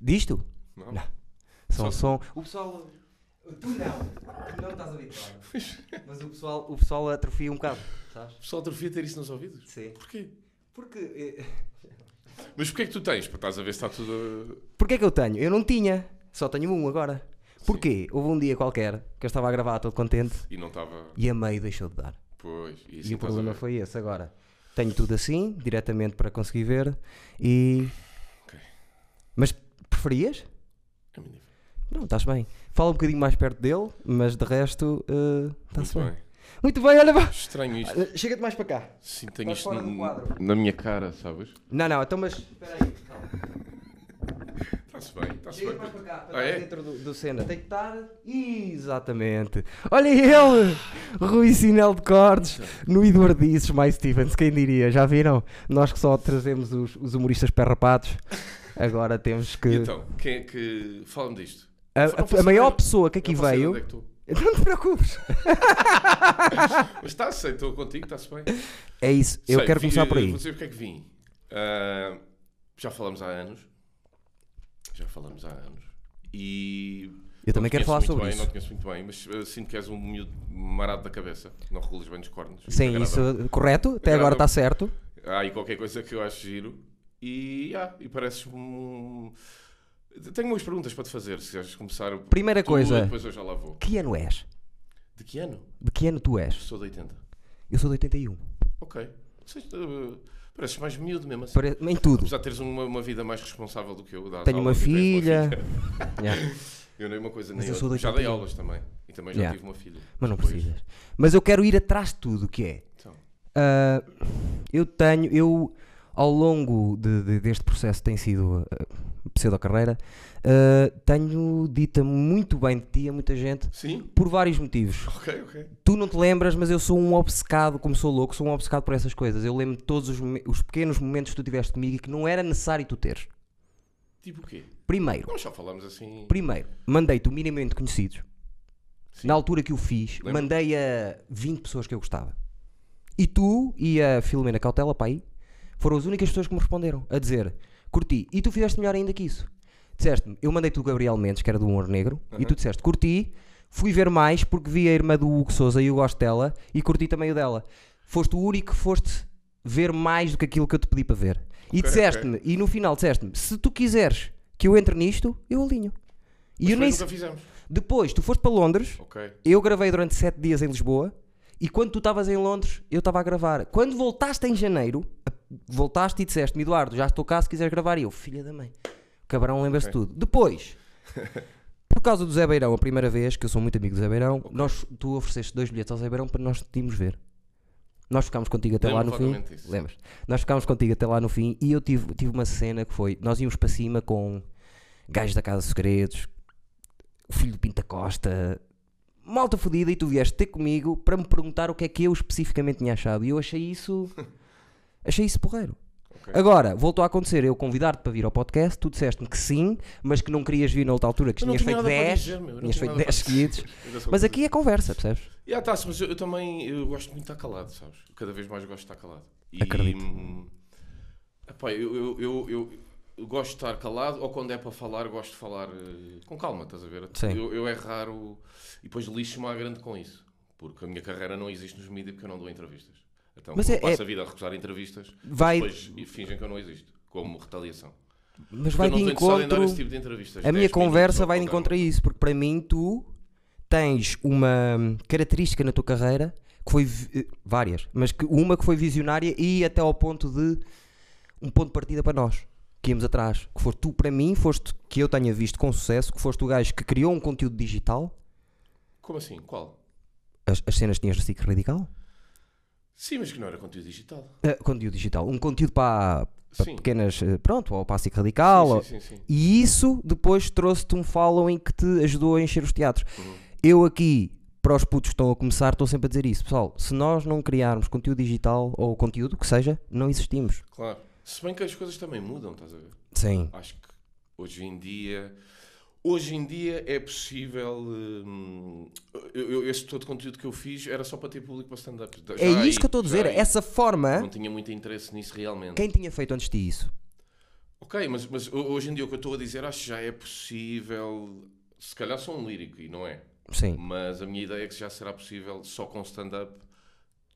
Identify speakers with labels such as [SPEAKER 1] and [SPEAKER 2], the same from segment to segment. [SPEAKER 1] Disto?
[SPEAKER 2] Não.
[SPEAKER 1] Não. São, são. O pessoal. Tu não. Tu não estás habituado. Mas o pessoal, o pessoal atrofia um bocado, sabes?
[SPEAKER 2] O pessoal atrofia ter isso nos ouvidos?
[SPEAKER 1] Sim.
[SPEAKER 2] Porquê?
[SPEAKER 1] Porque. eh,
[SPEAKER 2] Mas porquê é que tu tens? Para estás a ver se está tudo.
[SPEAKER 1] Porquê que eu tenho? Eu não tinha. Só tenho um agora. Porquê? Houve um dia qualquer que eu estava a gravar todo contente
[SPEAKER 2] a- E não estava.
[SPEAKER 1] e a meio deixou de dar.
[SPEAKER 2] Pois. E, assim
[SPEAKER 1] e o problema foi esse agora. Tenho tudo assim, diretamente para conseguir ver e.
[SPEAKER 2] Ok.
[SPEAKER 1] Mas preferias?
[SPEAKER 2] É
[SPEAKER 1] Não, estás bem. Fala um bocadinho mais perto dele, mas de resto eh, está-se
[SPEAKER 2] Muito
[SPEAKER 1] bem.
[SPEAKER 2] bem.
[SPEAKER 1] Muito bem, olha. vá.
[SPEAKER 2] Estranho isto.
[SPEAKER 1] Ah, Chega-te mais para cá.
[SPEAKER 2] Sim, tenho
[SPEAKER 1] Estás
[SPEAKER 2] isto
[SPEAKER 1] fora do
[SPEAKER 2] n-
[SPEAKER 1] quadro.
[SPEAKER 2] na minha cara, sabes?
[SPEAKER 1] Não, não, então, mas. Espera aí, calma.
[SPEAKER 2] Está-se bem, está-se
[SPEAKER 1] Chega
[SPEAKER 2] bem.
[SPEAKER 1] mais para cá, para
[SPEAKER 2] Ah,
[SPEAKER 1] estar
[SPEAKER 2] é?
[SPEAKER 1] dentro do, do cena. Tem que estar. Exatamente. Olha ele! Rui Sinel de Cordes, no Eduardices, mais Stevens, quem diria? Já viram? Nós que só trazemos os, os humoristas perrapados, agora temos que.
[SPEAKER 2] E então, quem é que. Fala-me disto.
[SPEAKER 1] a,
[SPEAKER 2] Não
[SPEAKER 1] a-
[SPEAKER 2] faço
[SPEAKER 1] a maior
[SPEAKER 2] ideia.
[SPEAKER 1] pessoa que aqui
[SPEAKER 2] Não faço ideia
[SPEAKER 1] veio.
[SPEAKER 2] onde é que estou.
[SPEAKER 1] Não te preocupes.
[SPEAKER 2] Mas está-se, estou contigo, está-se bem.
[SPEAKER 1] É isso, eu
[SPEAKER 2] Sei,
[SPEAKER 1] quero
[SPEAKER 2] vi-
[SPEAKER 1] começar por aí.
[SPEAKER 2] Vou dizer porque é que vim. Ah, já falamos há anos. Já falamos há anos. E.
[SPEAKER 1] Eu também
[SPEAKER 2] te
[SPEAKER 1] quero
[SPEAKER 2] conheço
[SPEAKER 1] falar
[SPEAKER 2] muito
[SPEAKER 1] sobre
[SPEAKER 2] bem,
[SPEAKER 1] isso.
[SPEAKER 2] Não te conheço muito bem, mas ah, sinto que és um miúdo marado da cabeça. Não regulas bem nos cornos.
[SPEAKER 1] Sim,
[SPEAKER 2] Agrada-me.
[SPEAKER 1] isso correto, até agora
[SPEAKER 2] Agrada-me.
[SPEAKER 1] está certo.
[SPEAKER 2] Há aí qualquer coisa que eu acho giro. E, ah, e pareces-me um. Tenho umas perguntas para te fazer, se queres começar.
[SPEAKER 1] Primeira
[SPEAKER 2] tu,
[SPEAKER 1] coisa.
[SPEAKER 2] Depois eu já lá vou.
[SPEAKER 1] Que ano és?
[SPEAKER 2] De que ano?
[SPEAKER 1] De que ano tu és?
[SPEAKER 2] Sou de 80.
[SPEAKER 1] Eu sou de 81.
[SPEAKER 2] Ok. Vocês, uh, pareces mais miúdo mesmo assim.
[SPEAKER 1] Pare... Em tudo.
[SPEAKER 2] Apesar de teres uma, uma vida mais responsável do que eu. dás
[SPEAKER 1] Tenho uma
[SPEAKER 2] aulas e tens
[SPEAKER 1] filha. Yeah.
[SPEAKER 2] Eu nem uma coisa nem
[SPEAKER 1] Mas eu
[SPEAKER 2] outra.
[SPEAKER 1] sou de
[SPEAKER 2] Já dei
[SPEAKER 1] 81.
[SPEAKER 2] aulas também. E também já
[SPEAKER 1] Yeah.
[SPEAKER 2] tive uma filha.
[SPEAKER 1] Mas não
[SPEAKER 2] Depois.
[SPEAKER 1] precisas. Mas eu quero ir atrás de tudo, que é.
[SPEAKER 2] Então,
[SPEAKER 1] ah, eu tenho, eu ao longo de- de- deste processo que tem sido ah, pseudo-carreira, ah, tenho dita muito bem de ti a muita gente
[SPEAKER 2] sim?
[SPEAKER 1] por vários motivos.
[SPEAKER 2] Ok, ok.
[SPEAKER 1] Tu não te lembras, mas eu sou um obcecado, como sou louco, sou um obcecado por essas coisas. Eu lembro de todos os, momen- os pequenos momentos que tu tiveste comigo e que não era necessário tu teres.
[SPEAKER 2] Tipo o quê?
[SPEAKER 1] Primeiro,
[SPEAKER 2] Nós só falamos assim.
[SPEAKER 1] primeiro, mandei-te o minimamente conhecidos.
[SPEAKER 2] Sim.
[SPEAKER 1] Na altura que o fiz,
[SPEAKER 2] Lembro.
[SPEAKER 1] mandei a 20 pessoas que eu gostava. E tu e a Filomena Cautela, para aí, foram as únicas pessoas que me responderam a dizer: curti. E tu fizeste melhor ainda que isso. Disseste-me: eu mandei-te o Gabriel Mendes, que era do Humor Negro, e tu disseste: curti, fui ver mais porque vi a irmã do Hugo Souza e eu gosto dela, e curti também o dela. Foste o único que foste ver mais do que aquilo que eu te pedi para ver. E
[SPEAKER 2] Ok,
[SPEAKER 1] disseste-me, e no final disseste-me: se tu quiseres que eu entre nisto, eu alinho. E
[SPEAKER 2] Mas
[SPEAKER 1] eu
[SPEAKER 2] depois
[SPEAKER 1] nem.
[SPEAKER 2] nunca fizemos.
[SPEAKER 1] Depois, tu foste para Londres.
[SPEAKER 2] Ok.
[SPEAKER 1] Eu gravei durante 7 dias em Lisboa e quando tu estavas em Londres, eu estava a gravar. Quando voltaste em janeiro, a- voltaste e disseste-me, Eduardo, já estou cá se quiseres gravar. E eu, filha da mãe, o cabrão lembra-se de tudo. Depois, por causa do Zé Beirão, a primeira vez, que eu sou muito amigo do Zé Beirão, nós, tu ofereceste dois bilhetes ao Zé Beirão para nós te irmos ver. Nós ficámos contigo até lá
[SPEAKER 2] Lembro
[SPEAKER 1] no fim.
[SPEAKER 2] vagamente disso.
[SPEAKER 1] Lembras? Nós ficámos contigo até lá no fim e eu tive, tive uma cena que foi: nós íamos para cima com gajos da Casa de Segredos, o filho do Pinta Costa, malta fodida, e tu vieste ter comigo para me perguntar o que é que eu especificamente tinha achado. E eu achei isso. achei isso porreiro.
[SPEAKER 2] Ok.
[SPEAKER 1] Agora, voltou a acontecer eu convidar-te para vir ao podcast, tu disseste-me que sim, mas que não querias vir na outra altura, que
[SPEAKER 2] Eu não
[SPEAKER 1] tinhas
[SPEAKER 2] tinha
[SPEAKER 1] feito
[SPEAKER 2] nada para
[SPEAKER 1] 10,
[SPEAKER 2] dizer, meu, eu não
[SPEAKER 1] tinhas
[SPEAKER 2] tinha
[SPEAKER 1] feito
[SPEAKER 2] nada
[SPEAKER 1] 10 seguidos.
[SPEAKER 2] Ainda sou
[SPEAKER 1] Mas
[SPEAKER 2] coisa-
[SPEAKER 1] aqui é conversa, percebes?
[SPEAKER 2] Ya, tá-se, tá, mas eu, eu também eu gosto muito de estar calado, sabes? Cada vez mais gosto de estar calado. E,
[SPEAKER 1] Acredito.
[SPEAKER 2] hum, epá, eu, eu, eu- eu- eu gosto de estar calado, ou quando é para falar, gosto de falar eh, com calma, estás a ver?
[SPEAKER 1] Sim.
[SPEAKER 2] Eu, eu é raro. E depois lixo-me à grande com isso. Porque a minha carreira não existe nos mídias porque eu não dou entrevistas. Então
[SPEAKER 1] Mas
[SPEAKER 2] eu
[SPEAKER 1] é-
[SPEAKER 2] passo a vida a recusar entrevistas,
[SPEAKER 1] Vai,
[SPEAKER 2] depois fingem que eu não existo, como retaliação.
[SPEAKER 1] mas
[SPEAKER 2] Porque
[SPEAKER 1] vai
[SPEAKER 2] eu
[SPEAKER 1] de
[SPEAKER 2] não estou interessado em dar
[SPEAKER 1] encontro.
[SPEAKER 2] esse tipo de entrevistas.
[SPEAKER 1] A
[SPEAKER 2] 10
[SPEAKER 1] minha conversa
[SPEAKER 2] minutos,
[SPEAKER 1] vai
[SPEAKER 2] ou
[SPEAKER 1] de
[SPEAKER 2] qualquer
[SPEAKER 1] encontro a isso, porque para mim tu tens uma característica na tua carreira que foi vi- eh, várias, mas que uma que foi visionária e até ao ponto de um ponto de partida para nós que íamos atrás, que foste tu para mim, foste que eu tenha visto com sucesso, que foste o gajo que criou um conteúdo digital,
[SPEAKER 2] Como assim? Qual?
[SPEAKER 1] as, as cenas que tinhas de SIC radical,
[SPEAKER 2] Sim, mas que não era conteúdo digital.
[SPEAKER 1] Eh, conteúdo digital, um conteúdo para, para
[SPEAKER 2] Sim.
[SPEAKER 1] pequenas, eh, pronto, ou para a SIC radical, ou-
[SPEAKER 2] sim, sim, sim. sim.
[SPEAKER 1] E isso depois trouxe-te um following que te ajudou a encher os teatros. Eu aqui, para os putos que estão a começar, estou sempre a dizer isso. Pessoal, se nós não criarmos conteúdo digital ou conteúdo que seja, não existimos.
[SPEAKER 2] Claro. Se bem que as coisas também mudam, estás a ver?
[SPEAKER 1] Sim.
[SPEAKER 2] Acho que hoje em dia. Hoje em dia é possível. hum, eu, eu- esse todo conteúdo que eu fiz era só para ter público para stand-up. Já
[SPEAKER 1] É
[SPEAKER 2] aí-
[SPEAKER 1] isso que eu estou a
[SPEAKER 2] já
[SPEAKER 1] dizer. é.
[SPEAKER 2] aí
[SPEAKER 1] Essa forma,
[SPEAKER 2] Não tinha muito interesse nisso realmente.
[SPEAKER 1] quem tinha feito antes de isso?
[SPEAKER 2] Ok, mas, mas ho- hoje em dia o que eu estou a dizer acho que já é possível. Se calhar sou um lírico e não é.
[SPEAKER 1] Sim.
[SPEAKER 2] Mas a minha ideia é que já será possível só com stand-up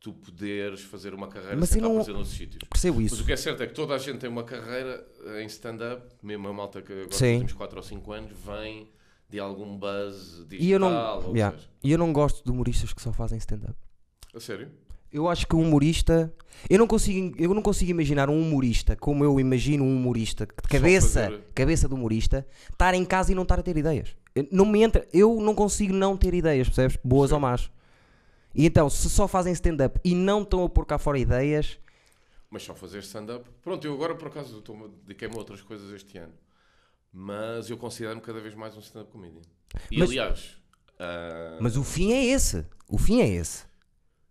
[SPEAKER 2] tu poderes fazer uma carreira
[SPEAKER 1] Mas
[SPEAKER 2] sem
[SPEAKER 1] eu
[SPEAKER 2] estar
[SPEAKER 1] não-
[SPEAKER 2] a fazer noutros sítios.
[SPEAKER 1] Percebo
[SPEAKER 2] Mas
[SPEAKER 1] isso.
[SPEAKER 2] o que é certo é que toda a gente tem uma carreira eh, em stand-up, mesmo a malta que agora
[SPEAKER 1] Sim.
[SPEAKER 2] temos 4 ou 5 anos, vem de algum buzz é digital.
[SPEAKER 1] E eu não,
[SPEAKER 2] ou
[SPEAKER 1] Yeah.
[SPEAKER 2] seja,
[SPEAKER 1] e eu não gosto de humoristas que só fazem stand-up.
[SPEAKER 2] a sério?
[SPEAKER 1] Eu acho que um humorista. Eu não consigo, eu não consigo imaginar um humorista como eu imagino um humorista de cabeça,
[SPEAKER 2] fazer-
[SPEAKER 1] cabeça do humorista, estar em casa e não estar a ter ideias. Eu- Não me entra, eu não consigo não ter ideias, percebes? Boas ou más. E então, se só fazem stand-up e não estão a pôr cá fora ideias,
[SPEAKER 2] Mas só fazer stand-up. Pronto, eu agora por acaso estou-me- dediquei-me a outras coisas este ano. Mas eu considero-me cada vez mais um stand-up comedian. E
[SPEAKER 1] Mas-
[SPEAKER 2] aliás, ah,
[SPEAKER 1] mas o fim é esse. O fim é esse.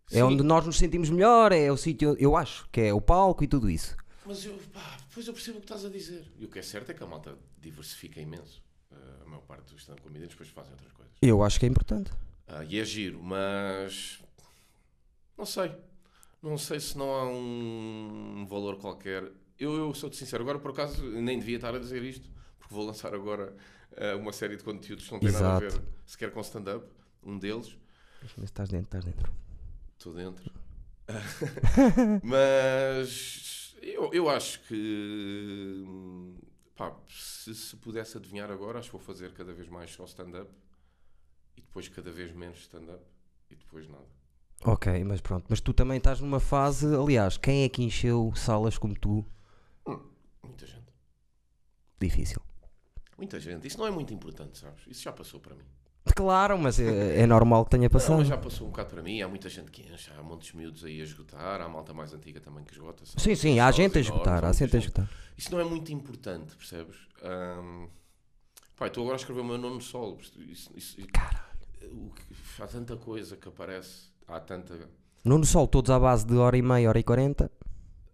[SPEAKER 2] sim,
[SPEAKER 1] É onde nós nos sentimos melhor, é o sítio, eu acho, que é o palco e tudo isso.
[SPEAKER 2] Mas eu, pá, depois eu percebo o que estás a dizer. E o que é certo é que a malta diversifica imenso. Ah, a maior parte dos stand-up comedians depois fazem outras coisas.
[SPEAKER 1] Eu acho que é importante.
[SPEAKER 2] Ah, e é giro, mas não sei. Não sei se não há um valor qualquer. Eu, eu sou-te sincero, agora por acaso nem devia estar a dizer isto, porque vou lançar agora ah, uma série de conteúdos que não têm nada a ver
[SPEAKER 1] Exato.
[SPEAKER 2] sequer com stand-up. Um deles,
[SPEAKER 1] Mas estás dentro, estás dentro.
[SPEAKER 2] estou dentro. mas eu, eu acho que pá, se, se pudesse adivinhar agora, acho que vou fazer cada vez mais só stand-up e depois cada vez menos stand-up e depois nada.
[SPEAKER 1] Ok, mas pronto. Mas tu também estás numa fase. Aliás, quem é que encheu salas como tu?
[SPEAKER 2] Muita gente.
[SPEAKER 1] Difícil.
[SPEAKER 2] Muita gente. Isso não é muito importante, sabes? Isso já passou para mim.
[SPEAKER 1] Claro, mas é, é normal que tenha
[SPEAKER 2] Não,
[SPEAKER 1] passado.
[SPEAKER 2] mas já passou um bocado para mim. Há muita gente que enche. Há montes miúdos aí a esgotar. Há malta mais antiga também que esgota. sabe?
[SPEAKER 1] Sim, sim, há
[SPEAKER 2] Salas
[SPEAKER 1] gente a
[SPEAKER 2] enormes,
[SPEAKER 1] esgotar, há
[SPEAKER 2] muita
[SPEAKER 1] gente a esgotar.
[SPEAKER 2] Isso não é muito importante, percebes? Ahm, Pá, estou agora a escrever o meu nono solo. Isso, isso,
[SPEAKER 1] Caralho.
[SPEAKER 2] o que- há tanta coisa que aparece. Há tanta...
[SPEAKER 1] Nuno Sol, todos à base de hora e meia, hora e quarenta.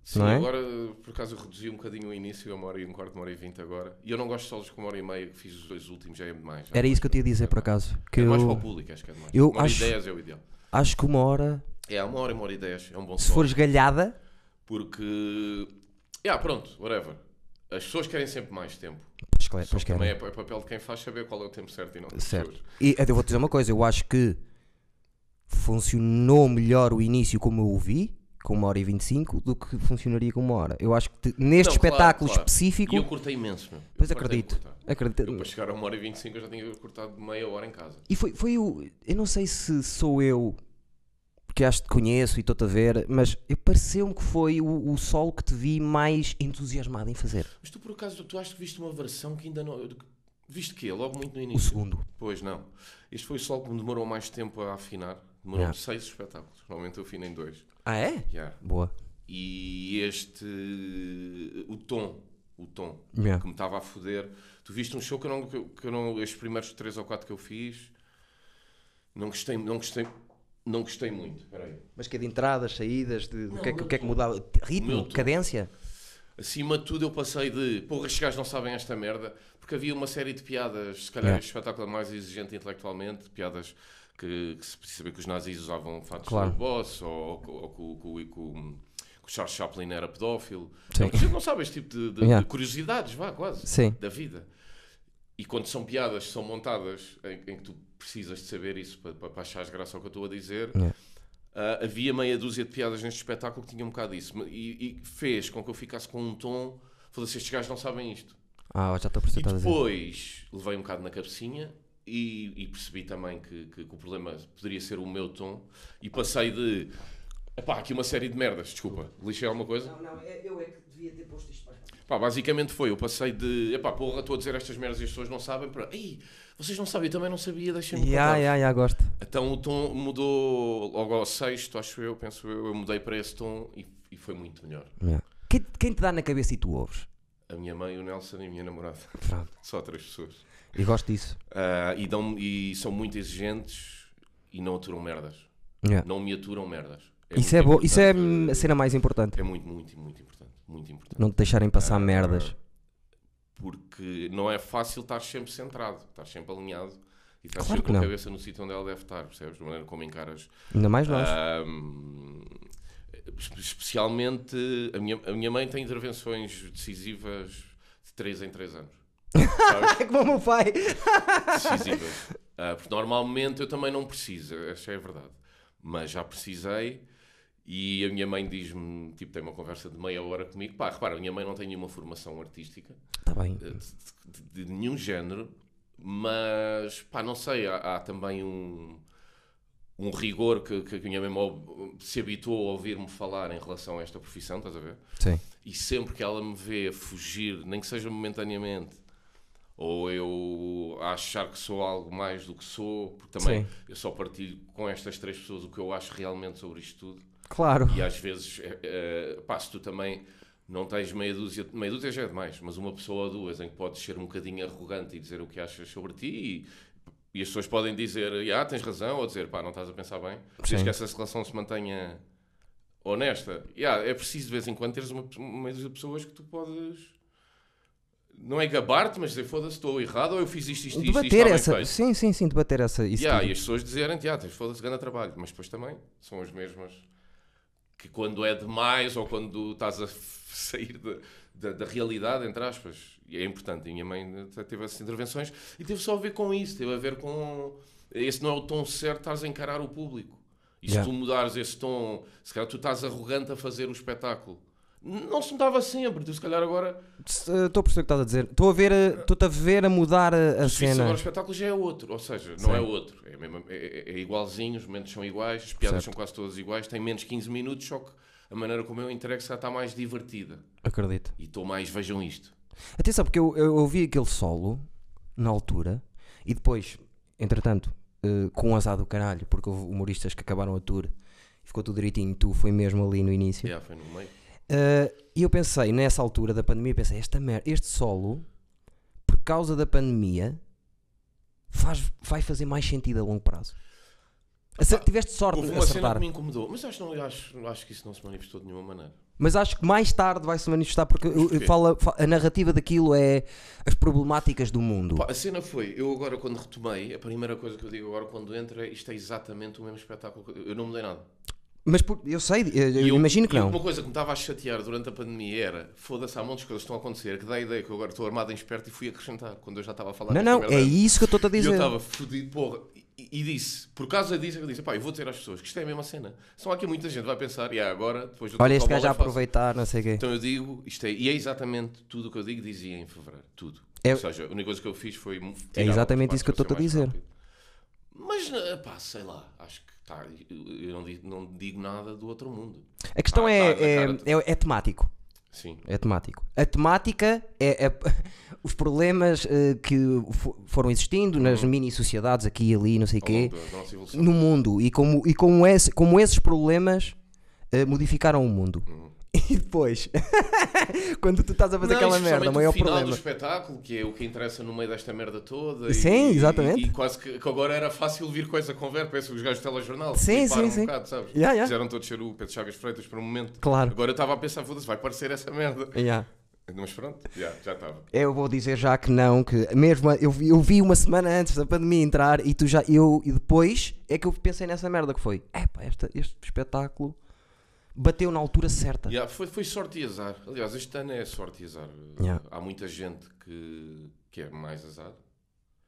[SPEAKER 2] Sim,
[SPEAKER 1] Não é?
[SPEAKER 2] agora por acaso eu reduzi um bocadinho o início, uma hora e um quarto, uma hora e vinte agora. E eu não gosto de solos com uma hora e meia, que fiz os dois últimos, já é demais. já
[SPEAKER 1] Era
[SPEAKER 2] é
[SPEAKER 1] isso que eu te ia dizer, por
[SPEAKER 2] demais.
[SPEAKER 1] acaso. Que
[SPEAKER 2] É mais para o
[SPEAKER 1] eu
[SPEAKER 2] público, acho que é demais.
[SPEAKER 1] eu
[SPEAKER 2] uma hora
[SPEAKER 1] acho-
[SPEAKER 2] e dez é o ideal.
[SPEAKER 1] acho que uma hora,
[SPEAKER 2] É, uma hora e uma hora e dez é um bom
[SPEAKER 1] se
[SPEAKER 2] solo.
[SPEAKER 1] fores galhada,
[SPEAKER 2] Porque. Ah, pronto, whatever. As pessoas querem sempre mais tempo.
[SPEAKER 1] pois, claro,
[SPEAKER 2] Só
[SPEAKER 1] pois
[SPEAKER 2] que também é
[SPEAKER 1] querem.
[SPEAKER 2] pa- é papel de quem faz saber qual é o tempo certo e não das
[SPEAKER 1] Certo.
[SPEAKER 2] pessoas.
[SPEAKER 1] E eh, eu vou-te dizer uma coisa, eu acho que funcionou melhor o início como eu o vi, com uma hora e vinte e cinco, do que funcionaria com uma hora. Eu acho que te- neste
[SPEAKER 2] Não, claro,
[SPEAKER 1] espetáculo
[SPEAKER 2] claro.
[SPEAKER 1] específico.
[SPEAKER 2] E eu cortei imenso, meu. Eu
[SPEAKER 1] Pois
[SPEAKER 2] fartei de
[SPEAKER 1] acredito.
[SPEAKER 2] cortar.
[SPEAKER 1] Acredita-
[SPEAKER 2] Eu, para chegar a uma hora e vinte e cinco, eu já tinha cortado meia hora em casa.
[SPEAKER 1] E foi, foi o. Eu não sei se sou eu, porque acho que te conheço e estou-te a ver, mas eu- pareceu-me que foi o, o solo que te vi mais entusiasmado em fazer.
[SPEAKER 2] Mas tu, por acaso, tu acho que viste uma versão que ainda não. eu- Viste que Logo muito no
[SPEAKER 1] O
[SPEAKER 2] início.
[SPEAKER 1] segundo.
[SPEAKER 2] Pois não. Este foi o solo que me demorou mais tempo a afinar. Demorou
[SPEAKER 1] Yeah.
[SPEAKER 2] seis espetáculos. Normalmente eu afino em dois.
[SPEAKER 1] Ah, é?
[SPEAKER 2] Yeah.
[SPEAKER 1] Boa.
[SPEAKER 2] E este. O tom. O tom.
[SPEAKER 1] Yeah.
[SPEAKER 2] que me estava a foder. Tu viste um show que eu não, que eu- que eu não estes primeiros 3 ou 4 que eu fiz, não gostei, não gostei, não gostei muito. Espera aí.
[SPEAKER 1] Mas que é de entradas, saídas, de, o, que é, que- o que é que mudava?
[SPEAKER 2] Meu
[SPEAKER 1] Ritmo,
[SPEAKER 2] tom.
[SPEAKER 1] cadência?
[SPEAKER 2] Acima de tudo eu passei de, porra, estes gajos não sabem esta merda, porque havia uma série de piadas, se calhar
[SPEAKER 1] Yeah.
[SPEAKER 2] este espetáculo é mais exigente intelectualmente, piadas que, que se precisa saber que os nazis usavam fatos
[SPEAKER 1] Claro.
[SPEAKER 2] de boss, ou, ou, que o- que o- que o- que o Charles Chaplin era pedófilo.
[SPEAKER 1] Sim.
[SPEAKER 2] Não, a gente não sabe este tipo de, de- de
[SPEAKER 1] Yeah.
[SPEAKER 2] curiosidades, vá, quase.
[SPEAKER 1] Sim.
[SPEAKER 2] da vida. E quando são piadas, são montadas, em, em que tu precisas de saber isso para, para, para achares graça ao que eu estou a dizer,
[SPEAKER 1] Yeah.
[SPEAKER 2] ah, havia meia dúzia de piadas neste espetáculo que tinha um bocado isso. E, e fez com que eu ficasse com um tom, falei assim, estes gajos não sabem isto.
[SPEAKER 1] Ah, já estou a
[SPEAKER 2] E
[SPEAKER 1] perceber o que estás a dizer.
[SPEAKER 2] depois levei um bocado na cabecinha e, e percebi também que, que- que o problema poderia ser o meu tom e passei de... Epá, aqui uma série de merdas, desculpa. Lixei alguma coisa?
[SPEAKER 1] não, eu é que devia ter posto isto
[SPEAKER 2] Pá, basicamente foi, eu passei de, epá, porra, estou a dizer estas merdas e as pessoas não sabem, para, ei, vocês não sabem, eu também não sabia, deixem-me
[SPEAKER 1] Ya,
[SPEAKER 2] contar.
[SPEAKER 1] ya, ya, gosto.
[SPEAKER 2] Então o tom mudou logo ao sexto, acho eu, penso eu, eu mudei para esse tom e, e foi muito melhor.
[SPEAKER 1] Ya. Quem, quem te dá na cabeça e tu ouves?
[SPEAKER 2] A minha mãe, o Nelson e a minha namorada,
[SPEAKER 1] Pronto.
[SPEAKER 2] só três pessoas.
[SPEAKER 1] E gosto disso.
[SPEAKER 2] Ah, e, dão, e são muito exigentes e não aturam merdas,
[SPEAKER 1] Ya.
[SPEAKER 2] não me aturam merdas.
[SPEAKER 1] Isso, é
[SPEAKER 2] muito
[SPEAKER 1] bo... isso é
[SPEAKER 2] importante,
[SPEAKER 1] hum, a cena mais importante.
[SPEAKER 2] é muito, muito, muito importante, muito importante.
[SPEAKER 1] Não te deixarem
[SPEAKER 2] Ah,
[SPEAKER 1] passar merdas.
[SPEAKER 2] porque não é fácil estar sempre centrado, estar sempre alinhado e estar
[SPEAKER 1] Claro que
[SPEAKER 2] sempre com
[SPEAKER 1] não.
[SPEAKER 2] a cabeça no sítio onde ela deve estar, percebes? Da maneira como encaras.
[SPEAKER 1] Ainda mais nós.
[SPEAKER 2] ah. Ahm, es- especialmente a minha, a minha mãe tem intervenções decisivas 3 em 3 anos.
[SPEAKER 1] É como o meu pai.
[SPEAKER 2] decisivas. Ah, porque normalmente eu também não preciso, esta é a verdade. Mas já precisei e a minha mãe diz-me, tipo, tem uma conversa de meia hora comigo. Pá, repara, a minha mãe não tem nenhuma formação artística,
[SPEAKER 1] Está Tá bem.
[SPEAKER 2] eh, de, de- de nenhum género, mas, pá, não sei, há, há também um, um rigor que, que a minha mãe me ob- se habituou a ouvir-me falar em relação a esta profissão, estás a ver?
[SPEAKER 1] Sim.
[SPEAKER 2] E sempre que ela me vê a fugir, nem que seja momentaneamente, ou eu a achar que sou algo mais do que sou, porque também
[SPEAKER 1] Sim.
[SPEAKER 2] eu só partilho com estas três pessoas o que eu acho realmente sobre isto tudo.
[SPEAKER 1] Claro.
[SPEAKER 2] E às vezes, eh, eh, pá, se tu também não tens meia dúzia, meia dúzia já é demais, mas uma pessoa ou duas em que podes ser um bocadinho arrogante e dizer o que achas sobre ti e. e as pessoas podem dizer, ah, tens razão, ou dizer, pá, não estás a pensar bem. Desde
[SPEAKER 1] Sim.
[SPEAKER 2] que essa relação se mantenha honesta. Yeah, é preciso de vez em quando teres uma, uma meio de pessoas que tu podes. Não é gabar-te, mas dizer foda-se, estou errado ou eu fiz isto, isto, isto, isto.
[SPEAKER 1] Debater
[SPEAKER 2] está bem
[SPEAKER 1] essa.
[SPEAKER 2] feito."
[SPEAKER 1] Sim, sim, sim, debater essa. Isso
[SPEAKER 2] Yeah,
[SPEAKER 1] tudo.
[SPEAKER 2] e as pessoas dizerem, ah, tens foda-se, grande trabalho. Mas depois também são as mesmas que quando é demais ou quando estás a f- sair da, da, da realidade, entre aspas. E é importante. E minha mãe até teve essas intervenções e teve só a ver com isso. Teve a ver com. Esse não é o tom certo, estás a encarar o público. E se
[SPEAKER 1] Yeah.
[SPEAKER 2] tu mudares esse tom, se calhar tu estás arrogante a fazer o espetáculo. N- Não se mudava sempre. Tu, se calhar, agora.
[SPEAKER 1] Se- eh, Estou a perceber o que estás a dizer. Estou a ver, eh, estou-te a ver a mudar a, a
[SPEAKER 2] Se Ah. isso
[SPEAKER 1] cena.
[SPEAKER 2] agora o espetáculo já é outro, ou seja, não é outro, é, mesmo- é- é- é igualzinho, os momentos são iguais, as piadas
[SPEAKER 1] Certo.
[SPEAKER 2] são quase todas iguais, tem menos 15 minutos, só que a maneira como eu entrego já está mais divertida.
[SPEAKER 1] Acredito.
[SPEAKER 2] E estou mais, vejam isto.
[SPEAKER 1] Atenção, porque eu, eu ouvi aquele solo na altura e depois, entretanto, eh, com um azar do caralho, porque houve humoristas que acabaram a tour e ficou tudo direitinho, tu foi mesmo ali no início.
[SPEAKER 2] Yeah, foi no meio.
[SPEAKER 1] Eh, e eu pensei, nessa altura da pandemia, pensei, esta merda, este solo, por causa da pandemia, faz, vai fazer mais sentido a longo prazo. Acer- tiveste sorte
[SPEAKER 2] Houve
[SPEAKER 1] de
[SPEAKER 2] uma cena
[SPEAKER 1] acertar,
[SPEAKER 2] que me incomodou, mas acho, não, acho, acho que isso não se manifestou de nenhuma maneira.
[SPEAKER 1] mas acho que mais tarde vai se manifestar porque eu- eu
[SPEAKER 2] porquê?
[SPEAKER 1] fala- fa- a narrativa daquilo é as problemáticas do mundo.
[SPEAKER 2] Pá, a cena foi, eu agora quando retomei, a primeira coisa que eu digo agora quando entro é isto é exatamente o mesmo espetáculo, que- eu não mudei nada.
[SPEAKER 1] Mas por- eu sei, eu, eu
[SPEAKER 2] E um-
[SPEAKER 1] imagino que
[SPEAKER 2] e
[SPEAKER 1] não.
[SPEAKER 2] Uma coisa que me estava a chatear durante a pandemia era: foda-se, há montes de coisas que estão a acontecer, que dá a ideia que eu agora estou armado em esperto e fui acrescentar, quando eu já estava a falar.
[SPEAKER 1] Não,
[SPEAKER 2] desta
[SPEAKER 1] não,
[SPEAKER 2] merda.
[SPEAKER 1] é isso que eu estou a
[SPEAKER 2] E eu
[SPEAKER 1] dizer.
[SPEAKER 2] estava fodido, porra. E, e disse, por causa disso, é eu disse: pá, eu vou dizer às pessoas que isto é a mesma cena. Só há aqui muita gente vai pensar, e é agora, depois do
[SPEAKER 1] Olha, este
[SPEAKER 2] tempo ao
[SPEAKER 1] gajo a
[SPEAKER 2] bola faço."
[SPEAKER 1] aproveitar, não sei o quê.
[SPEAKER 2] Então eu digo, isto é, e é exatamente tudo o que eu digo, dizia em fevereiro. Tudo.
[SPEAKER 1] É-
[SPEAKER 2] Ou seja, a única coisa que eu fiz foi. mu-
[SPEAKER 1] É
[SPEAKER 2] tirar
[SPEAKER 1] exatamente
[SPEAKER 2] algumas
[SPEAKER 1] isso que eu
[SPEAKER 2] partes para
[SPEAKER 1] estou-te a
[SPEAKER 2] ser mais
[SPEAKER 1] dizer.
[SPEAKER 2] rápido. Mas, eh, pá, sei lá, acho que tá, eu eu não digo, não digo nada do outro mundo.
[SPEAKER 1] A questão
[SPEAKER 2] Ah,
[SPEAKER 1] é,
[SPEAKER 2] tá, na
[SPEAKER 1] é,
[SPEAKER 2] cara, tá.
[SPEAKER 1] é- é temático.
[SPEAKER 2] Sim.
[SPEAKER 1] É temático. A temática é, é- os problemas eh, que fo- foram existindo
[SPEAKER 2] Uhum.
[SPEAKER 1] nas mini-sociedades aqui e ali, não sei o
[SPEAKER 2] Ao longo
[SPEAKER 1] quê,
[SPEAKER 2] da- da nossa evolução.
[SPEAKER 1] no mundo. E como, e como, esse- como esses problemas eh, modificaram o mundo. E depois, quando tu estás a fazer
[SPEAKER 2] Uhum. Não,
[SPEAKER 1] aquela
[SPEAKER 2] e
[SPEAKER 1] merda,
[SPEAKER 2] especialmente
[SPEAKER 1] maior
[SPEAKER 2] o final do
[SPEAKER 1] problema.
[SPEAKER 2] espetáculo, que é o que interessa no meio desta merda toda. e-
[SPEAKER 1] Sim, exatamente.
[SPEAKER 2] E, e quase que, que agora era fácil vir com essa conversa, parece que os gajos do telejornal.
[SPEAKER 1] Sim,
[SPEAKER 2] fliparam
[SPEAKER 1] sim, sim.
[SPEAKER 2] Um bocado, sabes?
[SPEAKER 1] Yeah, yeah.
[SPEAKER 2] Fizeram todos ser o Pedro Chagas Freitas para um momento.
[SPEAKER 1] Claro.
[SPEAKER 2] Agora eu estava a pensar, foda-se, vai parecer essa merda.
[SPEAKER 1] Yeah.
[SPEAKER 2] Mas pronto, yeah, já estava.
[SPEAKER 1] Eu vou dizer já que não, que mesmo a- eu, vi- eu vi uma semana antes da pandemia entrar e tu já eu e depois é que eu pensei nessa merda que foi. Epá, esta, este espetáculo bateu na altura certa.
[SPEAKER 2] Yeah, foi, foi sorte e azar. Aliás, este ano é sorte e azar.
[SPEAKER 1] Yeah.
[SPEAKER 2] Há muita gente que, que é mais azar.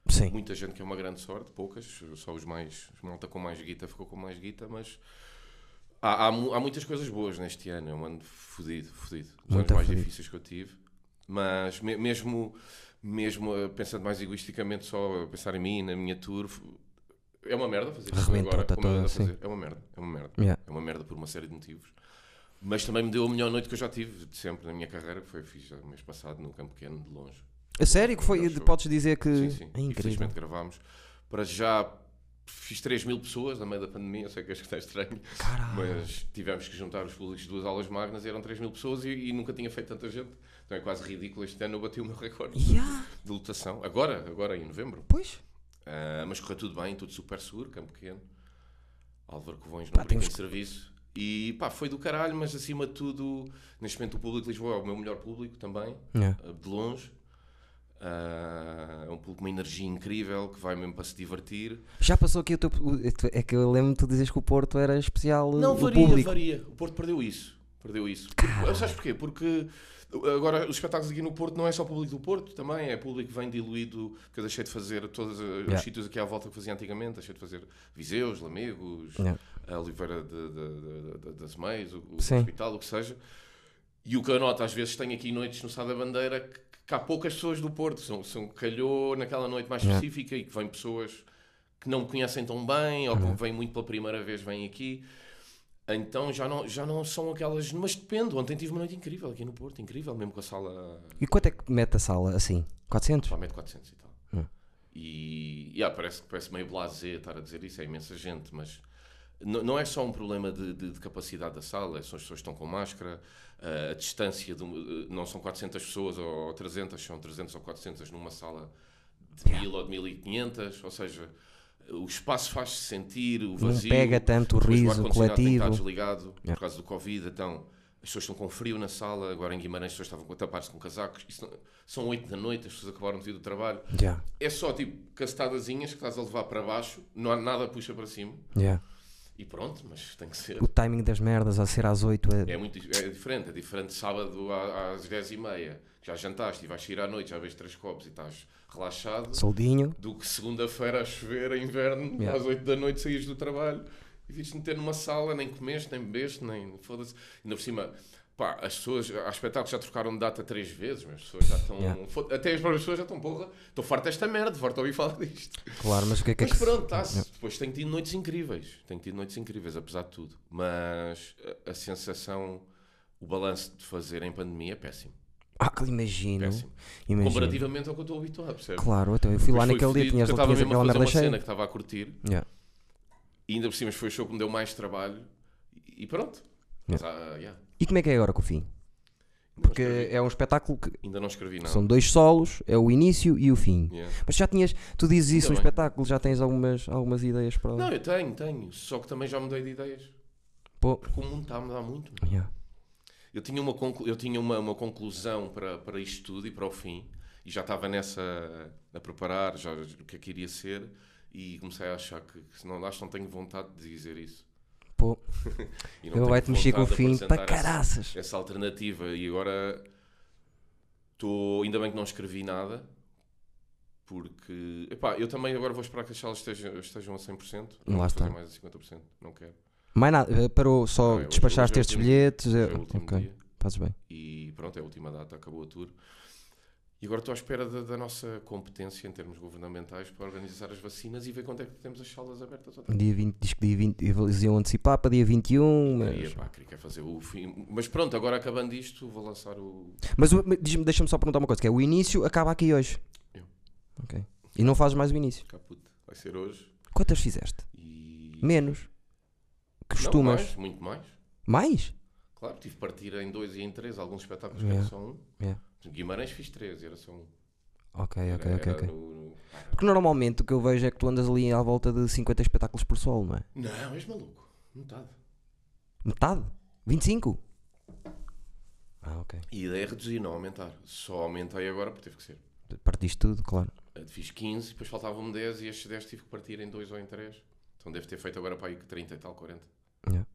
[SPEAKER 1] Sim.
[SPEAKER 2] muita gente que é uma grande sorte, poucas, só os mais, os malta com mais guita ficou com mais guita, mas há, há, mu- há muitas coisas boas neste ano, eu ando fodido, fodido, os anos
[SPEAKER 1] Muito
[SPEAKER 2] mais
[SPEAKER 1] fodido.
[SPEAKER 2] difíceis que eu tive, mas me- mesmo, mesmo eh, pensando mais egoisticamente, só a pensar em mim, na minha tour, f- é uma merda fazer isto
[SPEAKER 1] Arrebentou-te
[SPEAKER 2] agora, como eu ando
[SPEAKER 1] toda,
[SPEAKER 2] a
[SPEAKER 1] sim.
[SPEAKER 2] fazer, é uma merda, é uma merda,
[SPEAKER 1] Yeah.
[SPEAKER 2] é uma merda por uma série de motivos. Mas também me deu a melhor noite que eu já tive de sempre na minha carreira, que foi fiz o mês passado no Campo Pequeno, de longe.
[SPEAKER 1] A sério que foi,
[SPEAKER 2] Melhor show.
[SPEAKER 1] podes dizer que
[SPEAKER 2] Sim, sim.
[SPEAKER 1] é
[SPEAKER 2] E
[SPEAKER 1] incrível.
[SPEAKER 2] Felizmente gravámos. Para já fiz 3 mil pessoas no meio da pandemia, eu sei que acho que está estranho,
[SPEAKER 1] Caralho.
[SPEAKER 2] mas tivemos que juntar os públicos de duas aulas magnas e eram 3 mil pessoas e, e nunca tinha feito tanta gente. Então é quase ridículo. Este ano eu bati o meu recorde
[SPEAKER 1] Yeah,
[SPEAKER 2] de lotação. Agora, agora em novembro.
[SPEAKER 1] pois.
[SPEAKER 2] Ah, mas correu tudo bem, tudo super seguro, campo pequeno. Álvaro Covões
[SPEAKER 1] Pá,
[SPEAKER 2] não brinca
[SPEAKER 1] temos
[SPEAKER 2] em serviço. E pá, foi do caralho, mas acima de tudo, neste momento o público de Lisboa é o meu melhor público também
[SPEAKER 1] Yeah.
[SPEAKER 2] eh, de longe. Ah, é um público com uma energia incrível que vai mesmo para se divertir.
[SPEAKER 1] Já passou aqui o teu. o- É que eu lembro-me de tu dizes que o Porto era especial eh, do público.
[SPEAKER 2] varia. O Porto perdeu isso. Perdeu isso. Porque, sabes porquê? Porque agora os espetáculos aqui no Porto não é só público do Porto, também é público que vem diluído, porque eu deixei de fazer todos eh, os
[SPEAKER 1] Yeah.
[SPEAKER 2] sítios aqui à volta que fazia antigamente, deixei de fazer Viseus, Lamegos,
[SPEAKER 1] Yeah.
[SPEAKER 2] a Oliveira de, de- de- de- das Meias, o, o
[SPEAKER 1] Sim.
[SPEAKER 2] Hospital, o que seja. E o que eu noto, às vezes tenho aqui noites no Sá da Bandeira que, que há poucas pessoas do Porto, são, são calhou naquela noite mais
[SPEAKER 1] Yeah.
[SPEAKER 2] específica e que vêm pessoas que não me conhecem tão bem ou que vêm muito pela primeira vez, vêm aqui. Então já não, já não são aquelas. Mas depende, ontem tive uma noite incrível aqui no Porto, incrível, mesmo com a sala.
[SPEAKER 1] E quanto é que mete a sala assim? 400?
[SPEAKER 2] Provavelmente 400 e tal.
[SPEAKER 1] Hum.
[SPEAKER 2] E yeah, parece, parece meio blasé estar a dizer isso, é imensa gente, mas n- não é só um problema de, de- de capacidade da sala, são as pessoas que estão com máscara, eh, a distância, de um- eh, não são 400 pessoas ou, ou 300, são 300 ou 400 numa sala de 1000 ou de 1500, ou seja, o espaço faz-se sentir, o
[SPEAKER 1] Não
[SPEAKER 2] vazio.
[SPEAKER 1] pega tanto o
[SPEAKER 2] Depois
[SPEAKER 1] riso
[SPEAKER 2] ar-condicionado tem que estar
[SPEAKER 1] coletivo.
[SPEAKER 2] desligado
[SPEAKER 1] Yeah.
[SPEAKER 2] por causa do Covid, então as pessoas estão com frio na sala, agora em Guimarães as pessoas estavam com- a tapar-se com casacos, Isso não- são 8 da noite, as pessoas acabaram de vir do trabalho.
[SPEAKER 1] Já,
[SPEAKER 2] É só tipo castadazinhas que estás a levar para baixo, não há nada puxa para cima
[SPEAKER 1] já.
[SPEAKER 2] e pronto, mas tem que ser.
[SPEAKER 1] O timing das merdas a ser às 8 é.
[SPEAKER 2] É, muito, é diferente, é diferente sábado à- às 10 e meia, que já jantaste e vais sair à noite, já vês três copos e estás relaxado,
[SPEAKER 1] Soldinho.
[SPEAKER 2] do que segunda-feira a chover, a inverno,
[SPEAKER 1] Yeah.
[SPEAKER 2] às 8 da noite saías do trabalho e viste meter numa sala, nem comeste, nem bebeste, nem foda-se. Ainda por cima, pá, as pessoas, há espetáculos que já trocaram de data três vezes, mas as pessoas já estão.
[SPEAKER 1] Yeah.
[SPEAKER 2] fo- Até as próprias pessoas já estão, porra, estou farto desta merda, farto de ouvir falar disto.
[SPEAKER 1] Claro, mas o que é que é
[SPEAKER 2] Mas
[SPEAKER 1] que. se-
[SPEAKER 2] pronto, tá-se. Depois tenho tido noites incríveis. Tenho tido noites incríveis, apesar de tudo. Mas a, a sensação, o balanço de fazer em pandemia é péssimo.
[SPEAKER 1] Ah, que imagino.
[SPEAKER 2] Péssimo.
[SPEAKER 1] Imagino.
[SPEAKER 2] Comparativamente ao que eu estou habituado, percebes?
[SPEAKER 1] Claro, então eu fui lá
[SPEAKER 2] Mas foi
[SPEAKER 1] naquele dia,
[SPEAKER 2] fodido,
[SPEAKER 1] tinhas
[SPEAKER 2] porque eu
[SPEAKER 1] tinhas
[SPEAKER 2] estava mesmo a
[SPEAKER 1] aquela merda
[SPEAKER 2] fazer uma cena
[SPEAKER 1] cheia.
[SPEAKER 2] que estava a curtir
[SPEAKER 1] Já.
[SPEAKER 2] e ainda por cima foi o show que me deu mais trabalho e e pronto. Mas, ah, yeah.
[SPEAKER 1] E como é que é agora com o fim?
[SPEAKER 2] Não
[SPEAKER 1] Porque
[SPEAKER 2] escrevi-
[SPEAKER 1] é um espetáculo que
[SPEAKER 2] ainda não escrevi nada.
[SPEAKER 1] são dois solos, é o início e o fim.
[SPEAKER 2] Yeah.
[SPEAKER 1] Mas já tinhas, tu dizes isso, um
[SPEAKER 2] Ainda bem.
[SPEAKER 1] espetáculo, já tens algumas, algumas ideias para.
[SPEAKER 2] Não, eu tenho, tenho. Só que também já mudei de ideias.
[SPEAKER 1] Pô.
[SPEAKER 2] Porque o mundo está a mudar muito.
[SPEAKER 1] Yeah.
[SPEAKER 2] Eu tinha uma, conclu- eu tinha uma, uma conclusão para, para isto tudo e para o fim, e já estava nessa a preparar já, o que é que iria ser, e comecei a achar que, que se não acho, não tenho vontade de dizer isso.
[SPEAKER 1] Pô,
[SPEAKER 2] E
[SPEAKER 1] eu
[SPEAKER 2] não tenho
[SPEAKER 1] vai-te mexer com o
[SPEAKER 2] vontade de
[SPEAKER 1] fim para
[SPEAKER 2] apresentar essa-
[SPEAKER 1] caraças.
[SPEAKER 2] essa alternativa e agora estou ainda bem que não escrevi nada porque epá, eu também agora vou esperar que as salas estejam, estejam a 100% não
[SPEAKER 1] Lá
[SPEAKER 2] vou
[SPEAKER 1] está.
[SPEAKER 2] fazer mais a 50% não quero
[SPEAKER 1] Mais nada, eh, parou, só
[SPEAKER 2] Não, é, hoje-
[SPEAKER 1] despachaste
[SPEAKER 2] hoje é o
[SPEAKER 1] estes
[SPEAKER 2] último-
[SPEAKER 1] bilhetes.
[SPEAKER 2] Hoje
[SPEAKER 1] eh,
[SPEAKER 2] é o último
[SPEAKER 1] ok,
[SPEAKER 2] dia
[SPEAKER 1] fazes bem.
[SPEAKER 2] e pronto, é a última data, acabou a tour e agora estou à espera da, da nossa competência em termos governamentais para organizar as vacinas e ver quando é que temos as salas abertas outra vez.
[SPEAKER 1] Dia 20, diz que dia 20, eles iam antecipar para dia 21. Mas,
[SPEAKER 2] E, epá, queria fazer o fim. Mas pronto, agora acabando isto, vou lançar o.
[SPEAKER 1] mas o- mas diz-me- deixa-me só perguntar uma coisa: que é o início acaba aqui hoje.
[SPEAKER 2] Eu.
[SPEAKER 1] Ok. E não fazes mais o início.
[SPEAKER 2] Caput. Vai ser hoje.
[SPEAKER 1] Quantas fizeste?
[SPEAKER 2] E.
[SPEAKER 1] Menos. Que
[SPEAKER 2] Não,
[SPEAKER 1] Costumas.
[SPEAKER 2] mais, muito mais.
[SPEAKER 1] mais?
[SPEAKER 2] Claro, tive de partir em dois e em três, alguns espetáculos que
[SPEAKER 1] Yeah.
[SPEAKER 2] era só um.
[SPEAKER 1] Yeah.
[SPEAKER 2] Guimarães fiz três, era só um.
[SPEAKER 1] Ok,
[SPEAKER 2] Era,
[SPEAKER 1] ok, ok.
[SPEAKER 2] era
[SPEAKER 1] ok.
[SPEAKER 2] no- no-
[SPEAKER 1] Porque normalmente o que eu vejo é que tu andas ali à volta de 50 espetáculos por solo, não é?
[SPEAKER 2] Não, és maluco. Metade.
[SPEAKER 1] Metade? 25? Ah, ok.
[SPEAKER 2] E a ideia é reduzir, não aumentar. Só aumentei agora porque teve que ser.
[SPEAKER 1] Partiste tudo, claro.
[SPEAKER 2] Eh, Fiz 15, depois faltavam-me 10 e estes 10 tive que partir em dois ou em três. Então devo ter feito agora para aí que 30 e tal, 40.
[SPEAKER 1] Yeah.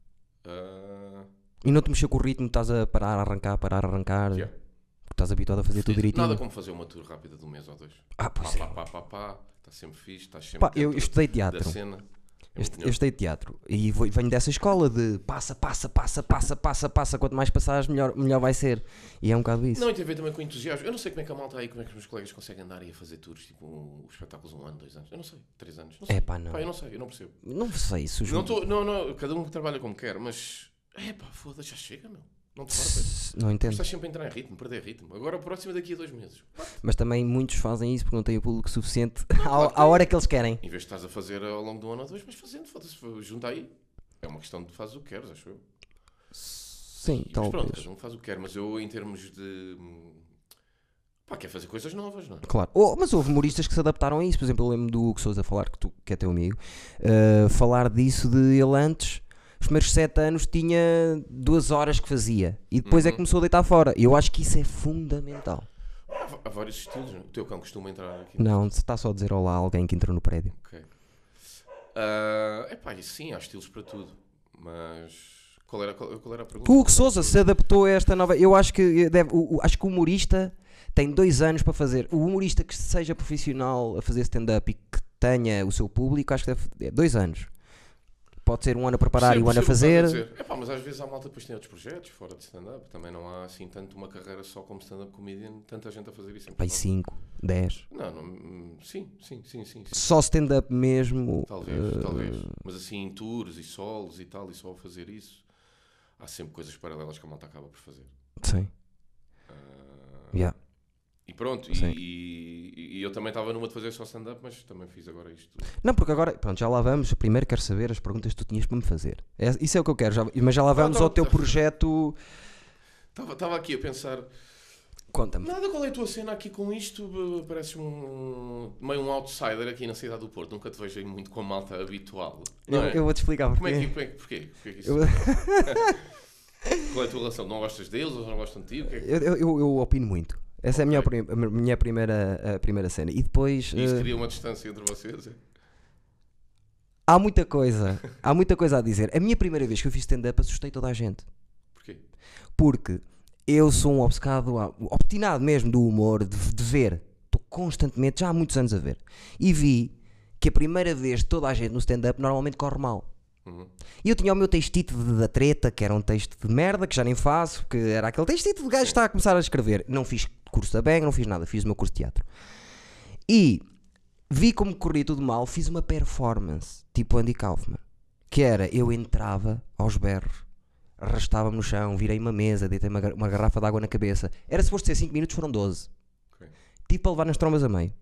[SPEAKER 2] Ah,
[SPEAKER 1] E não te mexeu com o ritmo, estás a parar, arrancar, parar, arrancar.
[SPEAKER 2] yeah.
[SPEAKER 1] Porque estás habituado a fazer tudo direitinho.
[SPEAKER 2] Nada como fazer uma tour rápida de um mês ou dois.
[SPEAKER 1] Ah, pois
[SPEAKER 2] Pá,
[SPEAKER 1] é.
[SPEAKER 2] pá, pá, pá, pá. Está sempre fixe, estás sempre
[SPEAKER 1] Pá, eu
[SPEAKER 2] dentro
[SPEAKER 1] estudei
[SPEAKER 2] da
[SPEAKER 1] teatro.
[SPEAKER 2] cena. É
[SPEAKER 1] Eu
[SPEAKER 2] muito
[SPEAKER 1] este-
[SPEAKER 2] melhor.
[SPEAKER 1] eu estudei teatro e vou- venho dessa escola de passa, passa, passa, passa, passa, passa. Quanto mais passares, melhor, melhor vai ser. E é um bocado isso.
[SPEAKER 2] Não, e tem a ver também com entusiasmo. Eu não sei como é que a malta aí, como é que os meus colegas conseguem andar aí a fazer tours, tipo, um- os espetáculos um ano, dois anos. Eu não sei, três anos. Não sei.
[SPEAKER 1] É pá, não.
[SPEAKER 2] Pá, eu não sei, eu não percebo.
[SPEAKER 1] Não sei se os
[SPEAKER 2] Não, tô, não, não, cada um trabalha como quer, mas. É pá, foda-se, já chega, meu. Não te fartas.
[SPEAKER 1] Não entendo.
[SPEAKER 2] Estás sempre a entrar em ritmo, perder ritmo. Agora o próximo é daqui a dois meses.
[SPEAKER 1] Mas também muitos fazem isso porque não têm o público suficiente à, à hora que eles querem.
[SPEAKER 2] Em vez de estás a fazer ao longo de um ano ou dois, mas fazendo, foda-se, junta aí. É uma questão de fazes o que queres, acho eu.
[SPEAKER 1] Sim,
[SPEAKER 2] E, mas pronto,
[SPEAKER 1] talvez.
[SPEAKER 2] cada um faz o que quer, mas eu, em termos de. hum, Pá, quer fazer coisas novas, não é?
[SPEAKER 1] Claro. Oh, mas houve humoristas que se adaptaram a isso. Por exemplo, eu lembro do Hugo Souza falar, que, tu, que é teu amigo, eh, falar disso de ele antes. Os primeiros sete anos tinha duas horas que fazia e depois é
[SPEAKER 2] Uhum.
[SPEAKER 1] que começou a deitar fora. Eu acho que isso é fundamental.
[SPEAKER 2] Há, va- há vários estilos, não é? O teu cão costuma entrar aqui.
[SPEAKER 1] Não, se está só a dizer olá a alguém que entrou no prédio.
[SPEAKER 2] Ok. Ah, epá, e sim, há estilos para tudo. Mas Qual era, qual, qual era a pergunta?
[SPEAKER 1] O Hugo Souza se adaptou a esta nova. Eu acho que eh, deve, o, o- acho que o humorista tem dois anos para fazer. O humorista que seja profissional a fazer stand-up e que tenha o seu público, acho que deve é dois anos. Pode ser um ano a preparar e um ano a fazer.
[SPEAKER 2] É pá, mas às vezes há malta depois tem outros projetos fora de stand-up. Também não há assim tanto uma carreira só como stand-up comedian, tanta gente a fazer isso em
[SPEAKER 1] Pai,
[SPEAKER 2] Portugal.
[SPEAKER 1] 5, 10.
[SPEAKER 2] Não, não, hum, sim, sim, sim, sim, sim.
[SPEAKER 1] Só stand-up mesmo.
[SPEAKER 2] Talvez,
[SPEAKER 1] eh,
[SPEAKER 2] talvez. Mas assim, em tours e solos e tal, e só a fazer isso, há sempre coisas paralelas que a malta acaba por fazer.
[SPEAKER 1] Sim.
[SPEAKER 2] Eh,
[SPEAKER 1] Yeah.
[SPEAKER 2] E pronto,
[SPEAKER 1] Sim.
[SPEAKER 2] e, e- e eu também estava numa de fazer só stand-up, mas também fiz agora isto.
[SPEAKER 1] Não, porque agora, pronto, já lá vamos. Primeiro quero saber as perguntas que tu tinhas para me fazer. É- isso é o que eu quero, já- mas já lá vamos
[SPEAKER 2] tá-
[SPEAKER 1] ao teu
[SPEAKER 2] tá-
[SPEAKER 1] projeto.
[SPEAKER 2] Estava estava aqui a pensar,
[SPEAKER 1] Conta-me.
[SPEAKER 2] nada, qual é a tua cena aqui com isto? B- Pareces-me um, meio um outsider aqui na cidade do Porto, nunca te vejo aí muito com a malta habitual.
[SPEAKER 1] Eu,
[SPEAKER 2] Não é?
[SPEAKER 1] eu vou te explicar porque.
[SPEAKER 2] Como é que, como é que- porquê? Porquê que isso
[SPEAKER 1] Eu-
[SPEAKER 2] acontece? Qual é a tua relação? Não gostas deles? Eles não gostam de ti? O que é que-
[SPEAKER 1] Eu, eu- eu- eu opino muito. Essa é a minha,
[SPEAKER 2] Ok.
[SPEAKER 1] opini- a minha primeira, a primeira cena. E depois.
[SPEAKER 2] E isso
[SPEAKER 1] eh,
[SPEAKER 2] cria uma distância entre vocês? é?
[SPEAKER 1] eh, há muita coisa. há muita coisa a dizer. A minha primeira vez que eu fiz stand-up assustei toda a gente.
[SPEAKER 2] Porquê?
[SPEAKER 1] Porque eu sou um obcecado, ah, obstinado mesmo do humor, de, de ver. Estou constantemente, já há muitos anos a ver. E vi que a primeira vez de toda a gente no stand-up normalmente corre mal.
[SPEAKER 2] Uhum.
[SPEAKER 1] E eu tinha o meu textito de- da treta, que era um texto de merda, que já nem faço, que era aquele textito de gajo que está a começar a escrever. Não fiz curso da Bang, não fiz nada, fiz o meu curso de teatro. E vi como corria tudo mal, fiz uma performance, tipo Andy Kaufman, que era, eu entrava aos berros, arrastava-me no chão, virei uma mesa, deitei uma, gar- uma garrafa de água na cabeça. Era suposto ser 5 minutos, foram 12.
[SPEAKER 2] Ok.
[SPEAKER 1] Tipo a levar nas trombas a meio.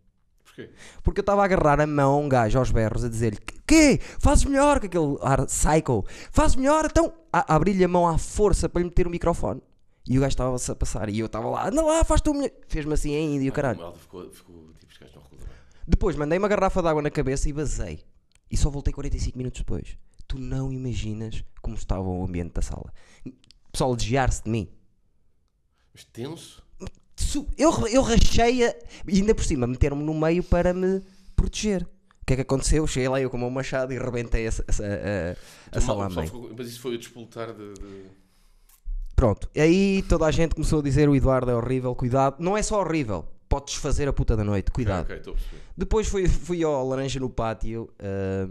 [SPEAKER 2] Porquê?
[SPEAKER 1] Porque eu estava a agarrar a mão a um gajo aos berros a dizer-lhe: Quê? Fazes melhor com aquele ar psycho? Fazes melhor? Então a- a abrir-lhe a mão à força para lhe meter o microfone. E o gajo estava-se a passar. E eu estava lá: Anda lá, faz tu melhor. Fez-me assim ainda e o
[SPEAKER 2] O
[SPEAKER 1] caralho.
[SPEAKER 2] Aldo ficou, ficou tipo, os gajos não recordam.
[SPEAKER 1] Depois mandei uma garrafa de água na cabeça e basei. E só voltei 45 minutos depois. Tu não imaginas como estava o ambiente da sala. O pessoal desviar-se de mim.
[SPEAKER 2] Mas tenso?
[SPEAKER 1] Su- Eu, eu rachei a- e ainda por cima meteram-me no meio para me proteger. O que é que aconteceu? Cheguei lá eu com o meu machado e rebentei essa, essa, eh, a, a,
[SPEAKER 2] Tu mal-
[SPEAKER 1] sala à
[SPEAKER 2] o
[SPEAKER 1] mãe.
[SPEAKER 2] pessoal ficou- Mas isso foi o despoltar de. de-
[SPEAKER 1] Pronto, aí toda a gente começou a dizer o Eduardo é horrível, cuidado. Não é só horrível, podes fazer a puta da noite, cuidado.
[SPEAKER 2] Ok, estou a perceber.
[SPEAKER 1] Depois fui, fui ao Laranja no Pátio ah,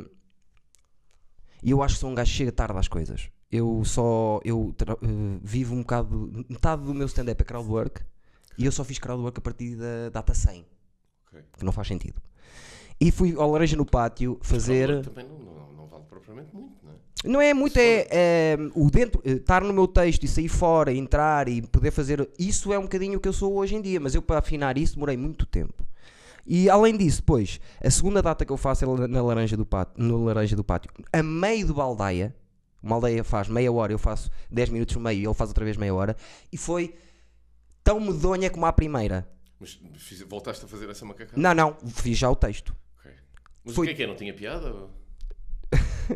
[SPEAKER 1] e eu acho que sou um gajo que chega tarde às coisas. Eu só eu tra- eh, vivo um bocado, metade do meu stand-up é crowdwork e eu só fiz crowdwork a partir da data 100.
[SPEAKER 2] Ok.
[SPEAKER 1] que não faz sentido. E fui ao Laranja no Pátio
[SPEAKER 2] Calor
[SPEAKER 1] fazer.
[SPEAKER 2] Também não, não, não vale propriamente muito, não é?
[SPEAKER 1] Não é muito, é, é, o dentro, eh, estar no meu texto e sair fora, entrar e poder fazer. Isso é um bocadinho o que eu sou hoje em dia, mas eu para afinar isso demorei muito tempo. E além disso, depois, a segunda data que eu faço é la- na Laranja do Pátio, no Laranja do Pátio, a meio de uma aldeia. Uma aldeia faz meia hora, eu faço 10 minutos no meio e ele faz outra vez meia hora. E foi tão medonha como a primeira.
[SPEAKER 2] Mas fiz- voltaste a fazer essa macacada?
[SPEAKER 1] Não, não, fiz já o texto.
[SPEAKER 2] Ok. Mas
[SPEAKER 1] Foi-
[SPEAKER 2] o que é que é? Não tinha piada?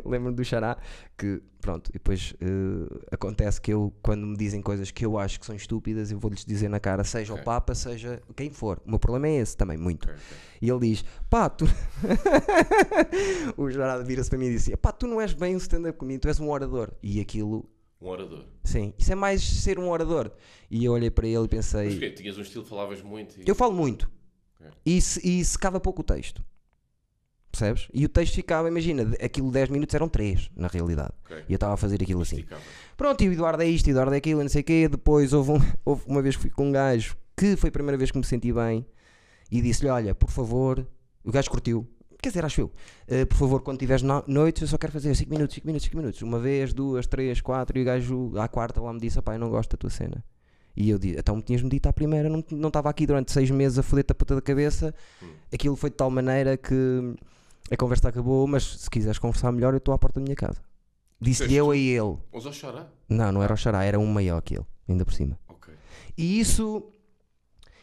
[SPEAKER 1] lembro-me do Xará que, pronto, e depois eh, acontece que eu, quando me dizem coisas que eu acho que são estúpidas, eu vou-lhes dizer na cara, seja o
[SPEAKER 2] Ok.
[SPEAKER 1] Papa, seja quem for. O meu problema é esse também, muito.
[SPEAKER 2] Ok, ok.
[SPEAKER 1] E ele diz, pá, tu. o Xará vira-se para mim e disse, pá, tu não és bem um stand-up comedian, tu és um orador. E aquilo,
[SPEAKER 2] Um orador.
[SPEAKER 1] sim, isso é mais ser um orador. E eu olhei para ele e
[SPEAKER 2] Mas
[SPEAKER 1] pensei,
[SPEAKER 2] porquê? Tinhas um estilo, falavas muito e.
[SPEAKER 1] eu falo muito.
[SPEAKER 2] Ok.
[SPEAKER 1] E, se- e secava pouco o texto. Percebes? E o texto ficava, imagina, de- aquilo 10 minutos eram 3, na realidade.
[SPEAKER 2] Ok.
[SPEAKER 1] E eu estava a fazer aquilo assim.
[SPEAKER 2] Esticava.
[SPEAKER 1] Pronto, e o Eduardo é isto, o Eduardo é aquilo, não sei o quê. Depois houve, um- houve uma vez que fui com um gajo que foi a primeira vez que me senti bem e disse-lhe: Olha, por favor, o gajo curtiu. Quer dizer, acho eu, "Eh, por favor, quando tiveres no noites, eu só quero fazer 5 minutos, 5 minutos, 5 minutos. Uma vez, duas, três, quatro, e o gajo à quarta lá me disse: Pai, não gosto da tua cena. E eu disse: Então me tinhas-me dito à primeira, não não estava aqui durante seis meses a foder-te a puta da cabeça. Aquilo foi de tal maneira que a conversa acabou, mas se quiseres conversar melhor, eu estou à porta da minha casa. Disse-lhe
[SPEAKER 2] Disseste
[SPEAKER 1] eu a ele.
[SPEAKER 2] Mas oh, ao chorar?
[SPEAKER 1] Não, não era o Xará, era um maior que ele, ainda por cima.
[SPEAKER 2] Ok.
[SPEAKER 1] E isso.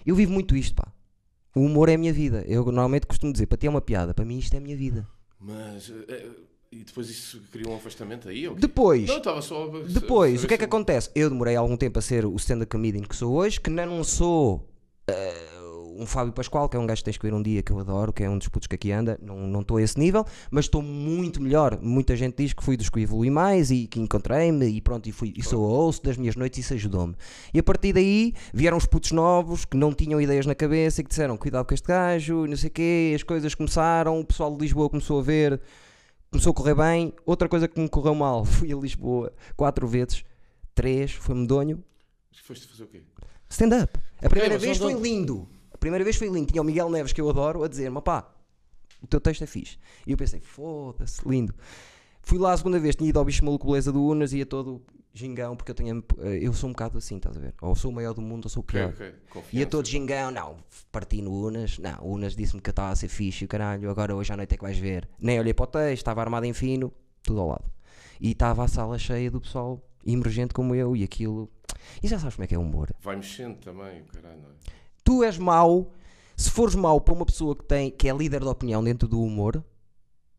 [SPEAKER 1] Eu vivo muito isto, pá. O humor é a minha vida. Eu normalmente costumo dizer, para ti é uma piada, para mim isto é a minha vida.
[SPEAKER 2] Mas. eh, eh, e depois isso criou um afastamento aí? ou quê?
[SPEAKER 1] Depois,
[SPEAKER 2] Não, estava só. a-
[SPEAKER 1] depois,
[SPEAKER 2] saber
[SPEAKER 1] o que é que
[SPEAKER 2] se-
[SPEAKER 1] acontece? Eu demorei algum tempo a ser o stand-up comedian que sou hoje, que não, não sou eh, um Fábio Pascoal, que é um gajo que tens que ver um dia que eu adoro, que é um dos putos que aqui anda. Não não estou a esse nível, mas estou muito melhor. Muita gente diz que fui dos que evolui mais e que encontrei-me e pronto, e, fui, e sou a ouço das minhas noites e isso ajudou-me. E a partir daí vieram os putos novos que não tinham ideias na cabeça e que disseram cuidado com este gajo, e não sei o quê, as coisas começaram, o pessoal de Lisboa começou a ver começou a correr bem. Outra coisa que me correu mal, fui a Lisboa quatro vezes, três, foi medonho.
[SPEAKER 2] Foste fazer o quê?
[SPEAKER 1] Stand-up. A primeira
[SPEAKER 2] mas
[SPEAKER 1] vez
[SPEAKER 2] não-
[SPEAKER 1] foi lindo. A primeira vez foi lindo. Tinha o Miguel Neves, que eu adoro, a dizer-me, pá, o teu texto é fixe. E eu pensei, foda-se, lindo. Fui lá a segunda vez, tinha ido ao bicho maluco beleza do Unas e ia todo gingão, porque eu, tenho, eu sou um bocado assim, estás a ver? Ou sou o maior do mundo ou sou o
[SPEAKER 2] Ok,
[SPEAKER 1] pior.
[SPEAKER 2] ok. Confiança.
[SPEAKER 1] E eu todo gingão, não, parti no Unas, não, o Unas disse-me que eu estava a ser fixe, e o caralho, agora hoje à noite é que vais ver. Nem olhei para o texto, estava armado em fino, tudo ao lado. E estava a sala cheia do pessoal emergente como eu e aquilo. E já sabes como é que é o humor.
[SPEAKER 2] Vai mexendo também, o caralho, não é?
[SPEAKER 1] Tu és mau, se fores mau para uma pessoa que, tem, que é líder de opinião dentro do humor,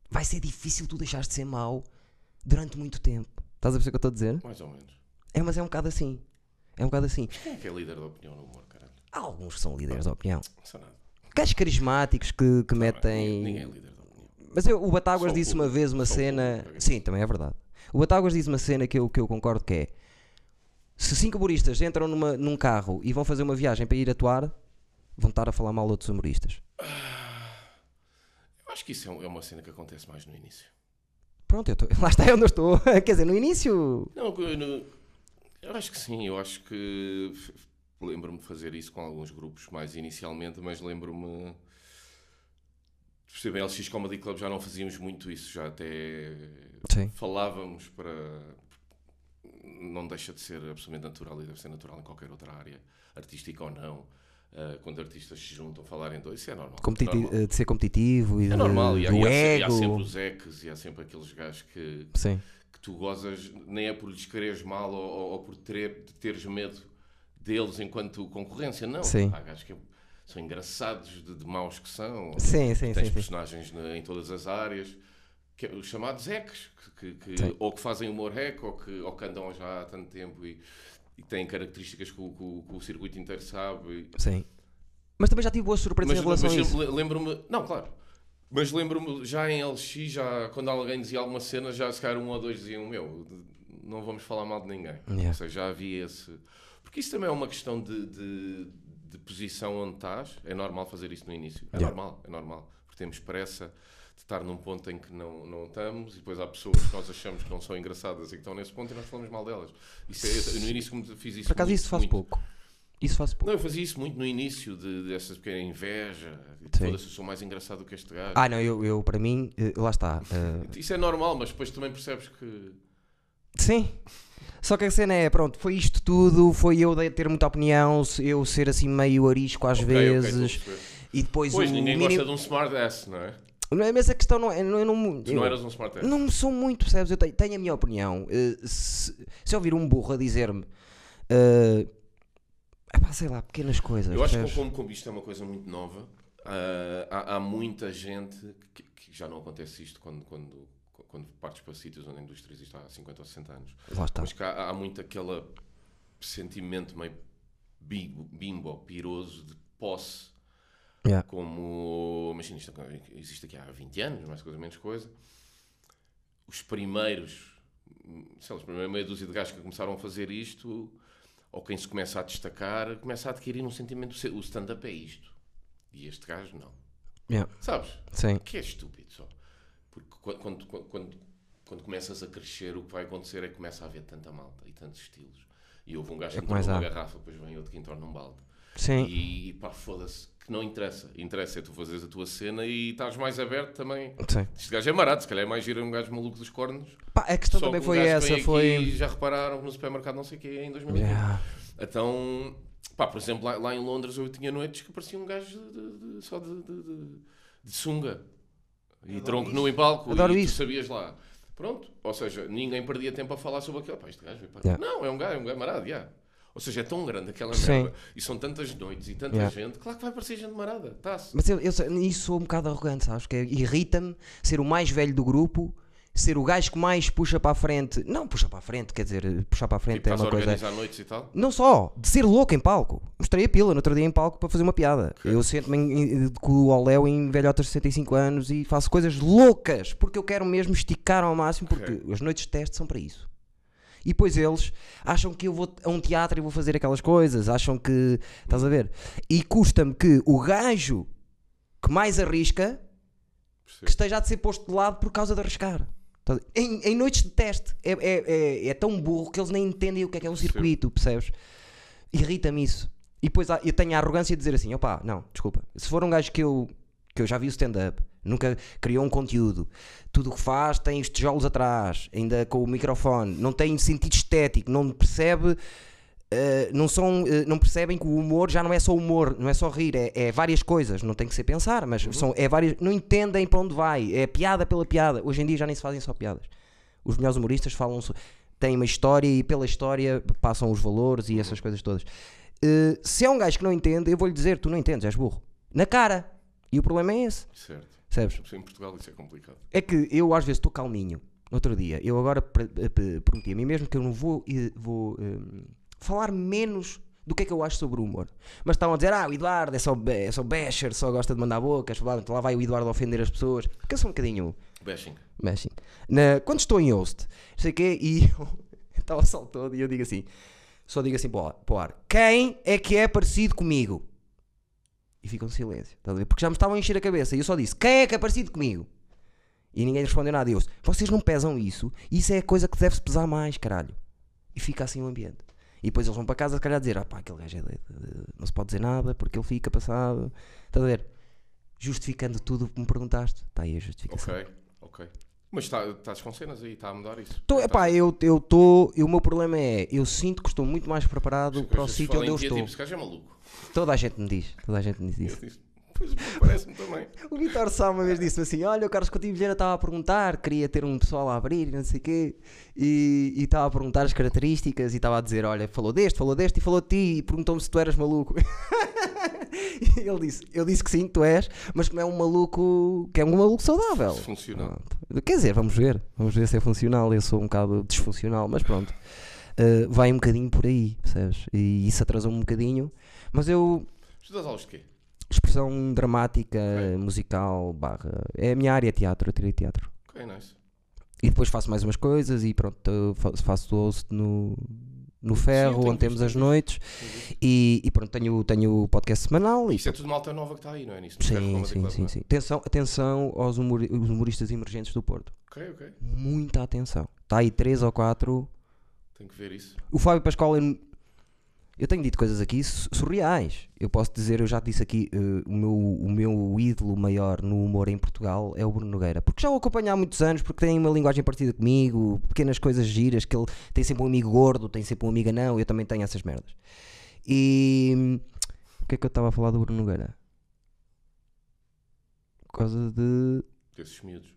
[SPEAKER 1] vai ser difícil tu deixares de ser mau durante muito tempo. Estás a perceber o que eu estou a dizer?
[SPEAKER 2] Mais ou menos.
[SPEAKER 1] É, mas é um bocado assim. É um bocado assim.
[SPEAKER 2] Quem é que é líder da opinião no humor, caralho?
[SPEAKER 1] Há alguns que são líderes de opinião.
[SPEAKER 2] Não sei nada.
[SPEAKER 1] Gajos carismáticos que, que
[SPEAKER 2] Ninguém,
[SPEAKER 1] metem.
[SPEAKER 2] ninguém é líder da opinião.
[SPEAKER 1] Mas eu- o Batáguas
[SPEAKER 2] Só o
[SPEAKER 1] disse uma
[SPEAKER 2] público,
[SPEAKER 1] vez uma
[SPEAKER 2] só o
[SPEAKER 1] cena.
[SPEAKER 2] público, é isso.
[SPEAKER 1] Sim, também é verdade. O Batáguas disse uma cena que eu, que eu concordo que é. Se cinco humoristas entram numa- num carro e vão fazer uma viagem para ir atuar, vão estar a falar mal de outros humoristas.
[SPEAKER 2] Eu acho que isso é um- é uma cena que acontece mais no início.
[SPEAKER 1] Pronto, eu tô, lá está eu não estou. Quer dizer, no início.
[SPEAKER 2] Não, eu, não- eu acho que sim, eu acho que f- f- lembro-me de fazer isso com alguns grupos mais inicialmente, mas lembro-me. Percebem, LX Comedy Club já não fazíamos muito isso, já até
[SPEAKER 1] Sim.
[SPEAKER 2] falávamos para. Não deixa de ser absolutamente natural e deve ser natural em qualquer outra área, artística ou não. ah, quando artistas se juntam a falar em dois, isso é normal.
[SPEAKER 1] Competiti-
[SPEAKER 2] normal.
[SPEAKER 1] eh, De ser competitivo e
[SPEAKER 2] É
[SPEAKER 1] de-
[SPEAKER 2] normal, e há,
[SPEAKER 1] do
[SPEAKER 2] e há se- e há
[SPEAKER 1] ego.
[SPEAKER 2] sempre os eques e há sempre aqueles gajos que,
[SPEAKER 1] Sim.
[SPEAKER 2] que tu gozas, nem é por lhes quereres mal ou, ou- ou por ter, de teres medo deles enquanto concorrência, não.
[SPEAKER 1] Sim.
[SPEAKER 2] Há gajos que são engraçados, de, de maus que são.
[SPEAKER 1] Sim, sim,
[SPEAKER 2] Tens
[SPEAKER 1] sim, sim.
[SPEAKER 2] personagens na- em todas as áreas, que, é os chamados hacks, que, que- que-
[SPEAKER 1] Sim.
[SPEAKER 2] ou que fazem humor hack, ou que, ou que andam já há tanto tempo e, e têm características que o, que o- que o circuito inteiro sabe. e-
[SPEAKER 1] Sim. Mas também já tive boas surpresas em relação a
[SPEAKER 2] mas
[SPEAKER 1] isso.
[SPEAKER 2] le- lembro-me, não, claro, mas lembro-me já em LX, já quando alguém dizia alguma cena, já se calhar um ou dois diziam, meu, de- não vamos falar mal de ninguém.
[SPEAKER 1] Yeah.
[SPEAKER 2] Ou seja, já havia esse. Porque isso também é uma questão de, de- de posição onde estás. É normal fazer isso no início. É
[SPEAKER 1] Yeah.
[SPEAKER 2] normal, é normal. Porque temos pressa de estar num ponto em que não, não estamos e depois há pessoas que nós achamos que não são engraçadas e que estão nesse ponto e nós falamos mal delas. Isso é- eu no início como fiz isso.
[SPEAKER 1] Por acaso
[SPEAKER 2] muito,
[SPEAKER 1] isso faz
[SPEAKER 2] muito.
[SPEAKER 1] pouco. Isso faz pouco.
[SPEAKER 2] Não, eu fazia isso muito no início de, dessa pequena inveja.
[SPEAKER 1] Sim.
[SPEAKER 2] Foda-se, eu sou mais engraçado do que este gajo.
[SPEAKER 1] Ah, não, eu, eu para mim, eh, lá está. eh,
[SPEAKER 2] Isso é normal, mas depois também percebes que.
[SPEAKER 1] Sim. Só que a cena é, pronto, foi isto tudo, foi eu de- ter muita opinião, se- eu ser assim meio arisco às
[SPEAKER 2] Ok, ok, estou a
[SPEAKER 1] vezes,
[SPEAKER 2] perceber.
[SPEAKER 1] e depois
[SPEAKER 2] Pois,
[SPEAKER 1] o
[SPEAKER 2] ninguém
[SPEAKER 1] mínimo...
[SPEAKER 2] gosta de um smart ass, não é?
[SPEAKER 1] Não é, Mas a questão não é... Não, é- não,
[SPEAKER 2] Tu não eras um smart ass.
[SPEAKER 1] não me sou muito, percebes? Eu tenho, tenho a minha opinião. Eh, se, se eu ouvir um burro a dizer-me... eh, epá, sei lá, pequenas coisas,
[SPEAKER 2] Eu acho que
[SPEAKER 1] percebes?
[SPEAKER 2] como, como isto é uma coisa muito nova, ah, há, há muita gente que, que já não acontece isto quando, quando, quando partes para sítios onde a indústria existe há 50 ou 60 anos.
[SPEAKER 1] Lá está.
[SPEAKER 2] Mas que há, há muito aquele sentimento meio bimbo, bimbo piroso de posse.
[SPEAKER 1] Yeah.
[SPEAKER 2] como imagina isto existe aqui há 20 anos, mais coisa menos coisa. Os primeiros, hum, sei lá, os primeiros meia dúzia de gajos que começaram a fazer isto, ou quem se começa a destacar, começa a adquirir um sentimento, se- o stand-up é isto. E este gajo não.
[SPEAKER 1] Yeah.
[SPEAKER 2] Sabes?
[SPEAKER 1] Sim.
[SPEAKER 2] Que é estúpido só. Porque quan- quando, quando, quando, quando começas a crescer, o que vai acontecer é que começa a haver tanta malta e tantos estilos. E houve um gajo
[SPEAKER 1] É
[SPEAKER 2] que
[SPEAKER 1] que mais
[SPEAKER 2] entrou numa
[SPEAKER 1] há.
[SPEAKER 2] garrafa, depois vem outro que entrou num balde.
[SPEAKER 1] Sim.
[SPEAKER 2] E, e pá, foda-se, que não interessa. Interessa é tu fazeres a tua cena e estás mais aberto também.
[SPEAKER 1] Sim.
[SPEAKER 2] Este gajo é marado, se calhar é mais giro um gajo maluco dos cornos.
[SPEAKER 1] Pá, a questão
[SPEAKER 2] Só
[SPEAKER 1] Então também
[SPEAKER 2] que um
[SPEAKER 1] foi
[SPEAKER 2] gajo
[SPEAKER 1] essa,
[SPEAKER 2] veio aqui
[SPEAKER 1] foi...
[SPEAKER 2] e Já repararam no supermercado, não sei o que, em 2020.
[SPEAKER 1] Yeah.
[SPEAKER 2] Então, pá, por exemplo, lá, lá em Londres eu tinha noites que parecia um gajo de- de- de- só de, de- de- de sunga. E tronco nu em palco.
[SPEAKER 1] Adoro
[SPEAKER 2] e
[SPEAKER 1] isso.
[SPEAKER 2] tu sabias lá. Pronto, ou seja, ninguém perdia tempo a falar sobre aquilo. Pá, este gajo, pá.
[SPEAKER 1] Yeah.
[SPEAKER 2] Não, é um gajo, é um gajo marado, yeah. Ou seja, é tão grande aquela
[SPEAKER 1] Sim.
[SPEAKER 2] merda. E são tantas noites e tanta
[SPEAKER 1] Yeah.
[SPEAKER 2] gente. Claro que vai parecer gente marada. Tá-se.
[SPEAKER 1] é, Mas eu, eu sou- nisso sou um bocado arrogante, sabes? Que irrita-me ser o mais velho do grupo ser o gajo que mais puxa para a frente. Não, puxa para a frente, quer dizer, puxar para a frente
[SPEAKER 2] Tipo,
[SPEAKER 1] é
[SPEAKER 2] estás a
[SPEAKER 1] uma coisa.
[SPEAKER 2] organizar noites e tal?
[SPEAKER 1] Não só, de ser louco em palco. Mostrei a pila no outro dia em palco para fazer uma piada. Eu sento-me em- em- com o Oléo em velhotas de 65 anos e faço coisas loucas porque eu quero mesmo esticar ao máximo porque as noites de teste são para isso. E depois eles acham que eu vou a um teatro e vou fazer aquelas coisas, acham que. Estás a ver? E custa-me que o gajo que mais arrisca
[SPEAKER 2] Percebo.
[SPEAKER 1] que esteja a ser posto de lado por causa de arriscar. Tá- Em, em noites de teste é, é- é- é tão burro que eles nem entendem o que é que é um
[SPEAKER 2] Percebo.
[SPEAKER 1] circuito, percebes? Irrita-me isso. E depois há- eu tenho a arrogância de dizer assim: opá, não, desculpa. Se for um gajo que eu, que eu já vi o stand-up, nunca criou um conteúdo, tudo o que faz tem os tijolos atrás, ainda com o microfone, não tem sentido estético, não percebe. eh, não, são, eh, não percebem que o humor já não é só humor, não é só rir, é, é várias coisas, não tem que ser pensar, mas são, é várias. Não entendem para onde vai, é piada pela piada. Hoje em dia já nem se fazem só piadas. Os melhores humoristas falam so- têm uma história e pela história passam os valores e essas coisas todas. Eh, se é um gajo que não entende, eu vou-lhe dizer: tu não entendes, és burro. Na cara. E o problema é esse,
[SPEAKER 2] Certo.
[SPEAKER 1] sabes?
[SPEAKER 2] Em Portugal isso é complicado.
[SPEAKER 1] É que eu às vezes estou calminho. No Outro dia, eu agora pre- pre- prometi a mim mesmo que eu não vou, eh, vou eh, falar menos do que é que eu acho sobre o humor. Mas estavam a dizer, ah, o Eduardo é só, be- é só basher, só gosta de mandar bocas, blá, lá vai o Eduardo ofender as pessoas. Que eu sou um bocadinho
[SPEAKER 2] Bashing.
[SPEAKER 1] mas sim. Na- quando estou em host, sei quê, e eu estava só todo e eu digo assim, só digo assim para o ar- para o ar, quem é que é parecido comigo? E fica um silêncio, estás a ver? Porque já me estavam a encher a cabeça e eu só disse, quem é que é parecido comigo? E ninguém respondeu nada. E eu disse, vocês não pesam isso? Isso é a coisa que deve-se pesar mais, caralho. E fica assim o ambiente. E depois eles vão para casa, se calhar, dizer, ah pá, aquele gajo é doido, eh, não se pode dizer nada porque ele fica passado. Estás a ver? Justificando tudo o que me perguntaste. Está aí a justificação.
[SPEAKER 2] Ok, ok. Mas tá- estás com cenas aí, está a mudar isso. Tá
[SPEAKER 1] Tô, epá, eu eu tô, e o meu problema é, eu sinto que estou muito mais preparado para o
[SPEAKER 2] Às vezes
[SPEAKER 1] sítio
[SPEAKER 2] falam
[SPEAKER 1] onde eu
[SPEAKER 2] em ti, é
[SPEAKER 1] estou.
[SPEAKER 2] Tipo, esse gajo é maluco.
[SPEAKER 1] Toda a gente me diz, toda a gente me diz
[SPEAKER 2] Eu
[SPEAKER 1] isso.
[SPEAKER 2] disse, Pois parece-me também.
[SPEAKER 1] O Vitor Sá uma vez disse-me assim: Olha, o Carlos Coutinho Vilhena estava a perguntar, queria ter um pessoal a abrir e não sei o quê, e e estava a perguntar as características e estava a dizer: Olha, falou deste, falou deste e falou de ti, e perguntou-me se tu eras maluco. E ele disse: Eu disse que sim, tu és, mas que não é um maluco, que é um maluco saudável.
[SPEAKER 2] Funcional.
[SPEAKER 1] Pronto. Quer dizer, vamos ver, vamos ver se é funcional. Eu sou um bocado disfuncional, mas pronto. Uh, vai um bocadinho por aí, percebes? E isso atrasou-me um bocadinho, mas eu
[SPEAKER 2] Estudas aulas de quê?
[SPEAKER 1] expressão dramática,
[SPEAKER 2] Ok.
[SPEAKER 1] musical, barra. É a minha área teatro, eu tirei teatro.
[SPEAKER 2] Ok, nice.
[SPEAKER 1] E depois faço mais umas coisas e pronto, eu fa- faço host no, no ferro,
[SPEAKER 2] tenho
[SPEAKER 1] onde temos
[SPEAKER 2] visto,
[SPEAKER 1] as noites. E, e pronto, tenho, tenho o podcast semanal e
[SPEAKER 2] Isto é tudo malta nova que está aí, não é nisso? Não quero
[SPEAKER 1] Sim,
[SPEAKER 2] reclamar
[SPEAKER 1] sim,
[SPEAKER 2] daquela, não
[SPEAKER 1] sim,
[SPEAKER 2] é?
[SPEAKER 1] sim. Atenção, atenção aos humori- os humoristas emergentes do Porto.
[SPEAKER 2] Ok, ok.
[SPEAKER 1] Muita atenção. Está aí três ou quatro.
[SPEAKER 2] Tenho que ver isso.
[SPEAKER 1] O Fábio Pascoal, eu, eu tenho dito coisas aqui su- surreais. Eu posso dizer, eu já te disse aqui, eh, o, meu, o meu ídolo maior no humor em Portugal é o Bruno Nogueira. Porque já o acompanho há muitos anos, porque tem uma linguagem partida comigo, pequenas coisas giras, que ele tem sempre um amigo gordo, tem sempre um amigo não, eu também tenho essas merdas. E hum, o que é que eu estava a falar do Bruno Nogueira? Por causa de.
[SPEAKER 2] Desses miúdos.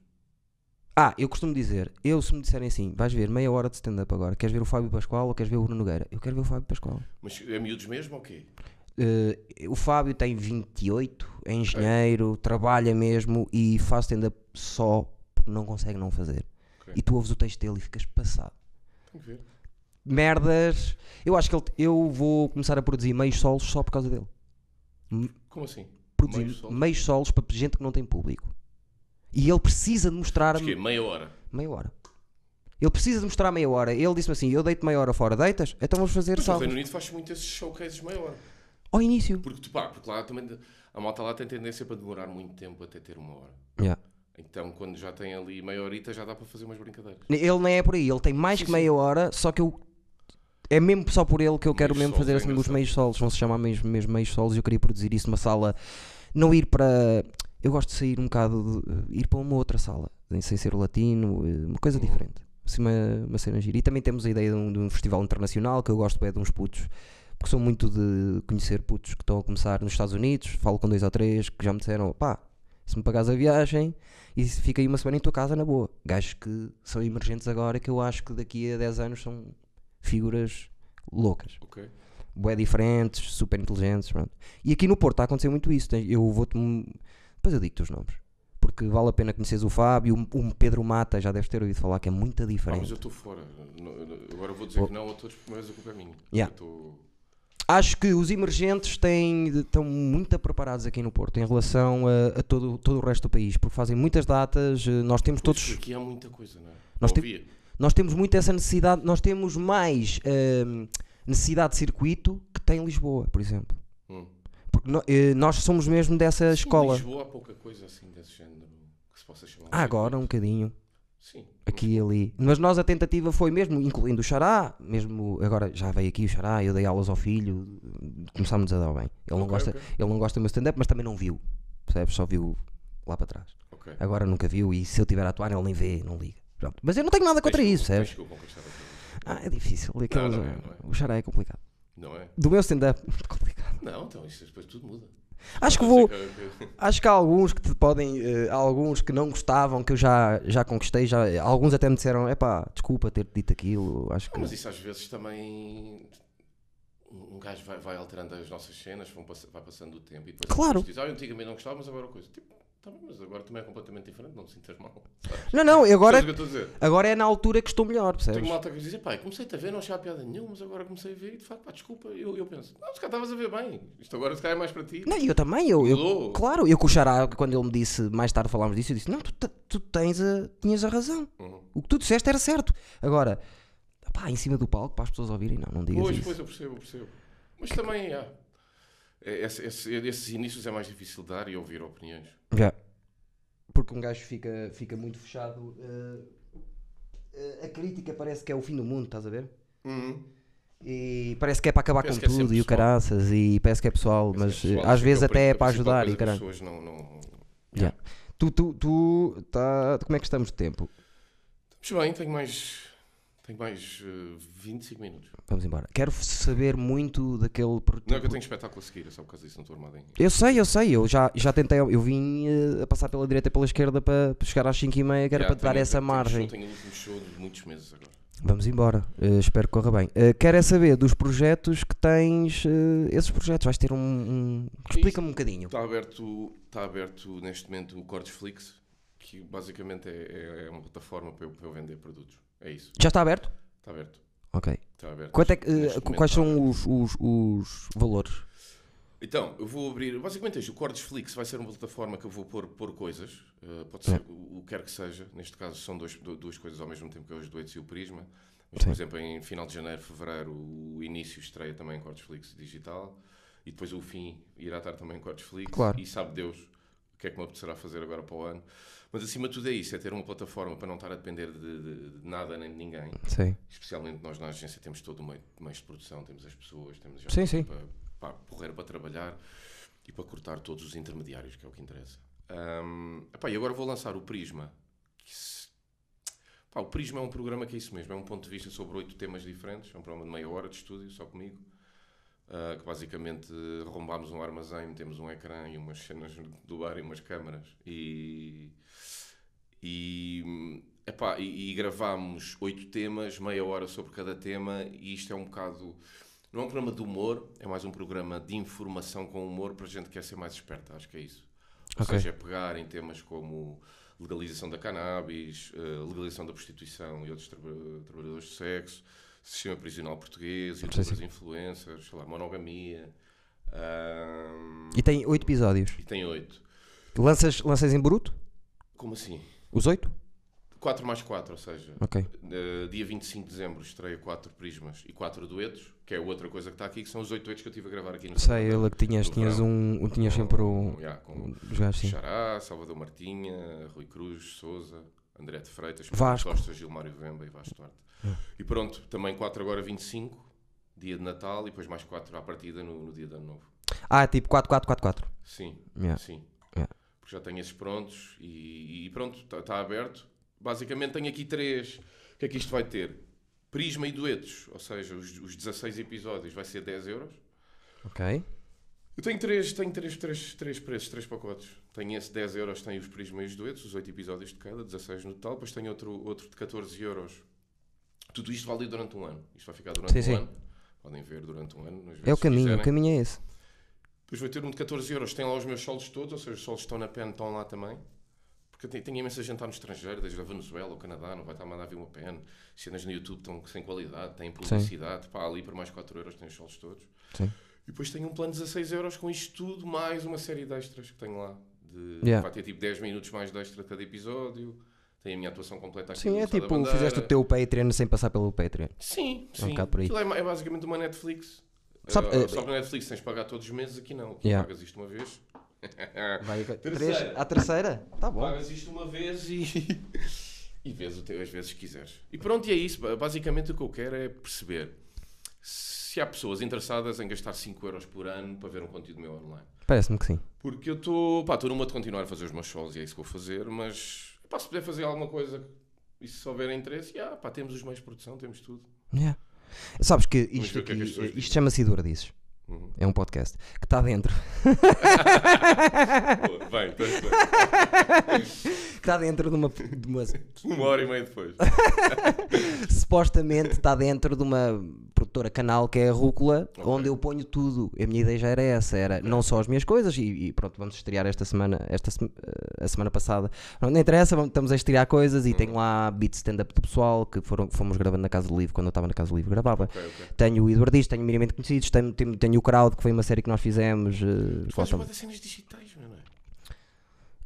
[SPEAKER 1] Ah, eu costumo dizer, eu se me disserem assim, vais ver meia hora de stand-up agora, queres ver o Fábio Pascoal ou queres ver o Bruno Nogueira? Eu quero ver o Fábio Pascoal.
[SPEAKER 2] Mas é miúdos mesmo ou quê?
[SPEAKER 1] Eh, o Fábio tem 28, é engenheiro, trabalha mesmo e faz stand-up só porque não consegue não fazer.
[SPEAKER 2] Ok.
[SPEAKER 1] E tu ouves o texto dele e ficas passado.
[SPEAKER 2] Tenho que ver.
[SPEAKER 1] Merdas. Eu acho que ele- eu vou começar a produzir meios solos só por causa dele.
[SPEAKER 2] Como assim?
[SPEAKER 1] Produzir
[SPEAKER 2] Meios
[SPEAKER 1] meios
[SPEAKER 2] solos?
[SPEAKER 1] solos, para gente que não tem público. E ele precisa de mostrar
[SPEAKER 2] Mas quê? Meia hora.
[SPEAKER 1] meia hora. Ele precisa de mostrar meia hora. Ele disse-me assim: Eu deito meia hora fora, deitas? Então vamos fazer
[SPEAKER 2] Mas no Reino
[SPEAKER 1] salvas.
[SPEAKER 2] Unido faz muito esses showcases meia hora.
[SPEAKER 1] Ao início.
[SPEAKER 2] Porque, tu pá, porque lá também a malta lá tem tendência para demorar muito tempo até ter uma hora.
[SPEAKER 1] Yeah.
[SPEAKER 2] Então quando já tem ali meia horita já dá para fazer umas brincadeiras.
[SPEAKER 1] Ele nem é por aí, ele tem mais
[SPEAKER 2] Sim,
[SPEAKER 1] que meia hora, só que eu. É mesmo só por ele que eu quero
[SPEAKER 2] Meios
[SPEAKER 1] mesmo
[SPEAKER 2] solos,
[SPEAKER 1] fazer
[SPEAKER 2] é
[SPEAKER 1] assim, os
[SPEAKER 2] engraçado.
[SPEAKER 1] meios solos, vão se chamar mesmo, mesmo meios solos. e Eu queria produzir isso numa sala. Não ir para. Eu gosto de sair um bocado. De, ir para uma outra sala, sem ser o latino, eh, uma
[SPEAKER 2] Uhum.
[SPEAKER 1] coisa diferente. Assim, uma, uma cena gira. E também temos a ideia de um, de um festival internacional que eu gosto bem de uns putos, porque sou muito de conhecer putos que estão a começar nos Estados Unidos. Falo com dois ou três que já me disseram: pá, se me pagares a viagem e se fica aí uma semana em tua casa na boa. Gajos que são emergentes agora que eu acho que daqui a 10 anos são figuras loucas.
[SPEAKER 2] Ok.
[SPEAKER 1] Bué diferentes, super inteligentes. Pronto. E aqui no Porto está a acontecer muito isso. Tem- Eu vou-te. Depois eu digo-te os nomes. Porque porque vale a pena conheceres o Fábio, o o Pedro Mata, já deves ter ouvido falar que é muita
[SPEAKER 2] Ah, mas
[SPEAKER 1] diferença.
[SPEAKER 2] eu estou fora. Não, eu- Agora vou dizer que não a todos, mas eu culpa é minha.
[SPEAKER 1] Yeah.
[SPEAKER 2] Eu estou-
[SPEAKER 1] Acho que os emergentes têm, estão muito preparados aqui no Porto em relação a, a todo, todo o resto do país, porque fazem muitas datas, eh, nós temos todos.
[SPEAKER 2] Mas Aqui há muita coisa, não é?
[SPEAKER 1] Nós
[SPEAKER 2] Não
[SPEAKER 1] tem-
[SPEAKER 2] havia.
[SPEAKER 1] Nós temos muito essa necessidade, nós temos mais hum, necessidade de circuito que tem Lisboa, por exemplo.
[SPEAKER 2] Hum.
[SPEAKER 1] Porque no- eh, nós somos mesmo dessa
[SPEAKER 2] Sim,
[SPEAKER 1] escola.
[SPEAKER 2] Em Lisboa há pouca coisa assim desse género que se possa chamar. de
[SPEAKER 1] Ah, agora um bocadinho,
[SPEAKER 2] circuito. Sim.
[SPEAKER 1] aqui e ali. Mas nós a tentativa foi mesmo, incluindo o Xará, mesmo agora já veio aqui o Xará, eu dei aulas ao filho, começámos a dar bem. Ele não,
[SPEAKER 2] Ok,
[SPEAKER 1] gosta,
[SPEAKER 2] ok.
[SPEAKER 1] ele não gosta do meu stand-up, mas também não viu. Percebes? Só viu lá para trás.
[SPEAKER 2] Ok.
[SPEAKER 1] Agora nunca viu e se eu tiver a atuar ele nem vê, não liga. Pronto. Mas eu não tenho nada contra
[SPEAKER 2] Tens que-
[SPEAKER 1] isso,
[SPEAKER 2] tens
[SPEAKER 1] percebes?
[SPEAKER 2] que o conquistar outra vez.
[SPEAKER 1] Ah, é difícil. aqueles-
[SPEAKER 2] não é, não é.
[SPEAKER 1] O Xará é complicado.
[SPEAKER 2] Não é?
[SPEAKER 1] Do meu stand-up, muito complicado.
[SPEAKER 2] Não, então isso depois tudo muda.
[SPEAKER 1] Acho que
[SPEAKER 2] Eu
[SPEAKER 1] vou.
[SPEAKER 2] sei que- que-
[SPEAKER 1] Acho que há alguns que te podem. eh, há alguns que não gostavam, que eu já, já conquistei. Já, alguns até me disseram: epá, desculpa ter te dito aquilo. Acho que.
[SPEAKER 2] Não, mas isso às vezes também. Um um gajo vai, vai alterando as nossas cenas, vão pass- vai passando o tempo e depois
[SPEAKER 1] Claro.
[SPEAKER 2] diz, ah, eu antigamente não gostava, mas agora é coisa. Tipo, tá bem, mas agora também é completamente diferente, não te sintas mal. Sabes?
[SPEAKER 1] Não, não, e agora,
[SPEAKER 2] Sabes o que eu estou a dizer?
[SPEAKER 1] agora é na altura que estou melhor,
[SPEAKER 2] Tenho
[SPEAKER 1] percebes?
[SPEAKER 2] malta que diz, pá, comecei-te a ver, não achava piada nenhuma, mas agora comecei a ver e de facto, pá, desculpa, eu, eu penso, não, se calhar estavas a ver bem, isto agora se calhar é mais para ti.
[SPEAKER 1] Não, e eu também, eu, eu-
[SPEAKER 2] Mudou.
[SPEAKER 1] claro, eu com o Xará, quando ele me disse, mais tarde falámos disso, eu disse, não, tu, te- tu tens a, tinhas a razão,
[SPEAKER 2] Uhum.
[SPEAKER 1] o que tu disseste era certo. Agora, pá, em cima do palco, para as pessoas ouvirem, não, não digas
[SPEAKER 2] Pois,
[SPEAKER 1] isso.
[SPEAKER 2] pois, eu percebo, eu percebo. Mas também, há. é, esse- esse- esses inícios é mais difícil de dar e ouvir opiniões.
[SPEAKER 1] Já. Porque um gajo fica, fica muito fechado. eh, eh, a crítica parece que é o fim do mundo, estás a ver? Uhum. E parece que é para acabar
[SPEAKER 2] Parece que
[SPEAKER 1] com
[SPEAKER 2] é sempre
[SPEAKER 1] tudo e o
[SPEAKER 2] pessoal.
[SPEAKER 1] caraças e parece que é pessoal,
[SPEAKER 2] Mas é
[SPEAKER 1] mas
[SPEAKER 2] pessoal,
[SPEAKER 1] eh, às
[SPEAKER 2] acho
[SPEAKER 1] vezes
[SPEAKER 2] que
[SPEAKER 1] até é
[SPEAKER 2] a
[SPEAKER 1] para
[SPEAKER 2] principal
[SPEAKER 1] ajudar e
[SPEAKER 2] coisa
[SPEAKER 1] o
[SPEAKER 2] que as
[SPEAKER 1] caralho.
[SPEAKER 2] pessoas não, não...
[SPEAKER 1] Já. Tu, tu, tu, tá, como é que estamos de tempo?
[SPEAKER 2] Estamos bem, tenho mais, tenho mais eh, 25 minutos.
[SPEAKER 1] Vamos embora. Quero saber muito daquele produto.
[SPEAKER 2] Não é que eu tenho espetáculo a seguir, é só por causa disso, não estou armado em...
[SPEAKER 1] Eu sei, eu sei, eu já, já tentei, eu vim eh, a passar pela direita e pela esquerda para para chegar às 5 e meia, que era
[SPEAKER 2] Já,
[SPEAKER 1] para te dar
[SPEAKER 2] tenho-
[SPEAKER 1] essa
[SPEAKER 2] tenho
[SPEAKER 1] margem.
[SPEAKER 2] Show, tenho o último show de muitos meses agora.
[SPEAKER 1] Vamos embora. Eh, espero que corra bem. Eh, quero é saber dos projetos que tens. eh, esses projetos, vais ter um. um- Explica-me um bocadinho.
[SPEAKER 2] Está aberto, está aberto neste momento o Cortes Flix, que basicamente é, é- é uma plataforma para eu, para eu vender produtos. É isso.
[SPEAKER 1] Já está aberto?
[SPEAKER 2] Está aberto.
[SPEAKER 1] Ok.
[SPEAKER 2] Está aberto.
[SPEAKER 1] Quanto é que, eh,
[SPEAKER 2] Neste momento
[SPEAKER 1] quais
[SPEAKER 2] está
[SPEAKER 1] são os, os- os valores?
[SPEAKER 2] Então, eu vou abrir. Basicamente, é isto, o Cordes Flix vai ser uma plataforma que eu vou pôr, pôr coisas. eh, pode ser o, o que quer que seja. Neste caso, são dois, du- duas coisas ao mesmo tempo, que é os doentes e o Prisma. Mas, por exemplo, em final de janeiro, fevereiro, o início estreia também em Cordes Flix digital. E depois o fim irá estar também em Cordes Flix.
[SPEAKER 1] Claro.
[SPEAKER 2] E sabe Deus o que é que me apetecerá fazer agora para o ano. Mas, acima de tudo, é isso: é ter uma plataforma para não estar a depender de, de- de nada nem de ninguém.
[SPEAKER 1] Sim.
[SPEAKER 2] Especialmente nós na agência temos todo o meio, meio de produção, temos as pessoas, temos já
[SPEAKER 1] Sim, sim.
[SPEAKER 2] para, para correr para trabalhar e para cortar todos os intermediários, que é o que interessa. Ahm, epá, e agora vou lançar o Prisma. que se- pá, o Prisma é um programa que é isso mesmo, é um ponto de vista sobre oito temas diferentes, é um programa de meia hora de estúdio, só comigo. ah, que basicamente arrombámos um armazém, metemos um ecrã e umas cenas do bar e umas câmaras e, e, epá, e, e gravámos oito temas, meia hora sobre cada tema, e isto é um bocado. Não é um programa de humor, é mais um programa de informação com humor para gente que quer ser mais esperta, acho que é isso. Ou
[SPEAKER 1] Ok.
[SPEAKER 2] seja, é pegar em temas como eh, legalização da cannabis, eh, legalização da prostituição e outros traba- trabalhadores de sexo, sistema prisional português, youtubers influencers, sei lá, monogamia. ahm,
[SPEAKER 1] E tem oito episódios.
[SPEAKER 2] e tem oito.
[SPEAKER 1] Lanças, lanças em bruto?
[SPEAKER 2] Como assim?
[SPEAKER 1] Os oito?
[SPEAKER 2] 4 mais 4, ou seja,
[SPEAKER 1] Ok.
[SPEAKER 2] eh, dia 25 de dezembro estreia 4 prismas e 4 duetos, que é outra coisa que está aqui, que são os 8 duetos que eu estive a gravar aqui no
[SPEAKER 1] Sei,
[SPEAKER 2] Salvador.
[SPEAKER 1] ele que tinhas,
[SPEAKER 2] No
[SPEAKER 1] tinhas um. um- Tinhas sempre um.
[SPEAKER 2] Yeah, com
[SPEAKER 1] Os gajos, sim.
[SPEAKER 2] Xará, Salvador Martinha, Rui Cruz, Souza, André de Freitas,
[SPEAKER 1] Vasco. É.
[SPEAKER 2] Pedro Costa, Gilmário Vemba e Vasco Duarte. E pronto, também 4 agora 25, dia de Natal, e depois mais 4 à partida no, no dia de Ano Novo.
[SPEAKER 1] Ah, tipo 4444.
[SPEAKER 2] Sim,
[SPEAKER 1] Yeah.
[SPEAKER 2] sim.
[SPEAKER 1] Yeah.
[SPEAKER 2] Porque já tenho esses prontos e, e pronto, está aberto. Basicamente tenho aqui três. O que é que isto vai ter? Prisma e duetos, ou seja, os, os 16 episódios vai ser 10 euros.
[SPEAKER 1] Ok.
[SPEAKER 2] Eu tenho três, tenho três, três, três preços, três pacotes. Tenho esse 10 euros, tenho os Prisma e os duetos, os 8 episódios de cada, 16 no total. Depois tenho outro, outro de 14 euros. Tudo isto vale durante um ano. Isto vai ficar durante
[SPEAKER 1] Sim,
[SPEAKER 2] um
[SPEAKER 1] sim.
[SPEAKER 2] ano. Podem ver durante um ano. nas
[SPEAKER 1] É o
[SPEAKER 2] vezes que
[SPEAKER 1] caminho, o
[SPEAKER 2] quiserem.
[SPEAKER 1] caminho é esse.
[SPEAKER 2] Depois vai ter um de 14 euros. Tem lá os meus solos todos, ou seja, os solos que estão na pen, estão lá também. Porque eu tenho, tenho imensa gente lá no estrangeiro, desde a Venezuela, o Canadá, não vai estar a mandar vir uma pena. Cenas no YouTube estão sem qualidade, têm publicidade. Pá, ali por mais 4 euros tem os solos todos.
[SPEAKER 1] Sim.
[SPEAKER 2] E depois tenho um plano de 16 euros com isto tudo, mais uma série de extras que tenho lá. De,
[SPEAKER 1] Yeah.
[SPEAKER 2] Vai ter tipo 10 minutos mais de extra de cada episódio. Tem a minha atuação completa aqui.
[SPEAKER 1] Sim,
[SPEAKER 2] no
[SPEAKER 1] é
[SPEAKER 2] Sá da
[SPEAKER 1] tipo,
[SPEAKER 2] Bandeira.
[SPEAKER 1] fizeste o teu Patreon sem passar pelo Patreon.
[SPEAKER 2] Sim, sim.
[SPEAKER 1] um bocado por aí.
[SPEAKER 2] Aquilo é, é basicamente uma Netflix.
[SPEAKER 1] Sabe-
[SPEAKER 2] Eh,
[SPEAKER 1] eh,
[SPEAKER 2] só que na Netflix tens de pagar todos os meses, aqui não. Aqui
[SPEAKER 1] Yeah.
[SPEAKER 2] pagas isto uma vez.
[SPEAKER 1] Vai,
[SPEAKER 2] Terceira.
[SPEAKER 1] três, à terceira? Tá bom.
[SPEAKER 2] Pagas isto uma vez e. e vês o teu às vezes que quiseres. E pronto, e é isso. Ba- Basicamente o que eu quero é perceber se há pessoas interessadas em gastar 5 euros por ano para ver um conteúdo meu online.
[SPEAKER 1] Parece-me que sim.
[SPEAKER 2] Porque eu estou. Pá, estou numa de continuar a fazer os meus shows e é isso que eu vou fazer, mas. Pá, se puder fazer alguma coisa e se houver interesse, já, pá, temos os meios de produção, temos tudo.
[SPEAKER 1] Yeah. Sabes que
[SPEAKER 2] Vamos
[SPEAKER 1] isto,
[SPEAKER 2] ver o que é
[SPEAKER 1] aqui-
[SPEAKER 2] que as pessoas dizem.
[SPEAKER 1] isto chama-se Dura Dizes.
[SPEAKER 2] Uhum.
[SPEAKER 1] É um podcast que está dentro.
[SPEAKER 2] Boa, Bem, então, bem.
[SPEAKER 1] Está dentro de uma, de uma-
[SPEAKER 2] Uma hora e meia depois.
[SPEAKER 1] Supostamente está dentro de uma produtora canal que é a Rúcula,
[SPEAKER 2] Ok.
[SPEAKER 1] onde eu ponho tudo. A minha ideia já era essa: era não só as minhas coisas, e, e pronto, vamos estrear esta semana, esta, se- eh, a semana passada. Não, não interessa, vamos, estamos a estrear coisas. E tenho lá beat stand-up do pessoal que foram, fomos gravando na Casa do Livro, quando eu estava na Casa do Livro, gravava.
[SPEAKER 2] Ok, ok.
[SPEAKER 1] Tenho o Eduardista, tenho o Minimamente Conhecidos, tenho, tenho, tenho o Crowd, que foi uma série que nós fizemos. eh,
[SPEAKER 2] Fazes
[SPEAKER 1] falta-
[SPEAKER 2] uma das cenas digitais, meu, não é?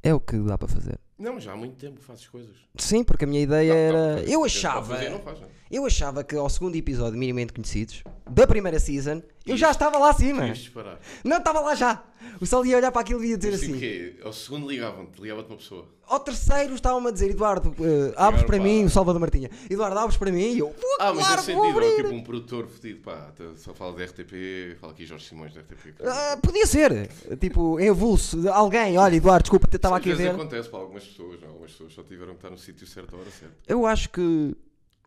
[SPEAKER 1] É o que dá para fazer.
[SPEAKER 2] Não, mas já há muito tempo que fazes coisas.
[SPEAKER 1] Sim, porque a minha ideia
[SPEAKER 2] Não,
[SPEAKER 1] era.
[SPEAKER 2] não,
[SPEAKER 1] Eu
[SPEAKER 2] não
[SPEAKER 1] achava.
[SPEAKER 2] fazer, não faz, não é?
[SPEAKER 1] Eu achava que ao segundo episódio de Minimamente Conhecidos, da primeira season, eu já estava lá acima.
[SPEAKER 2] Devias parar.
[SPEAKER 1] Não, estava lá já. O Sal ia olhar para aquilo e ia dizer
[SPEAKER 2] Assim,
[SPEAKER 1] assim.
[SPEAKER 2] que ao segundo ligavam-te, ligava-te uma pessoa.
[SPEAKER 1] Ao terceiro estavam-me a dizer, Eduardo, eh, abres para
[SPEAKER 2] pá.
[SPEAKER 1] mim, o Salvador Martinha. Eduardo, abres para mim. E eu, vou,
[SPEAKER 2] Ah,
[SPEAKER 1] claro,
[SPEAKER 2] mas nesse
[SPEAKER 1] vou
[SPEAKER 2] sentido,
[SPEAKER 1] abrir.
[SPEAKER 2] ou tipo um produtor fedido, pá, t- só fala de RTP, fala aqui Jorge Simões da RTP. cara.
[SPEAKER 1] Ah, podia ser. Tipo, em avulso. de Alguém, olha, Eduardo, desculpa, te estava
[SPEAKER 2] Às
[SPEAKER 1] aqui a
[SPEAKER 2] vezes
[SPEAKER 1] ver.
[SPEAKER 2] acontece para algumas pessoas, não, algumas pessoas só tiveram que estar no sítio certo à hora certa.
[SPEAKER 1] Eu acho que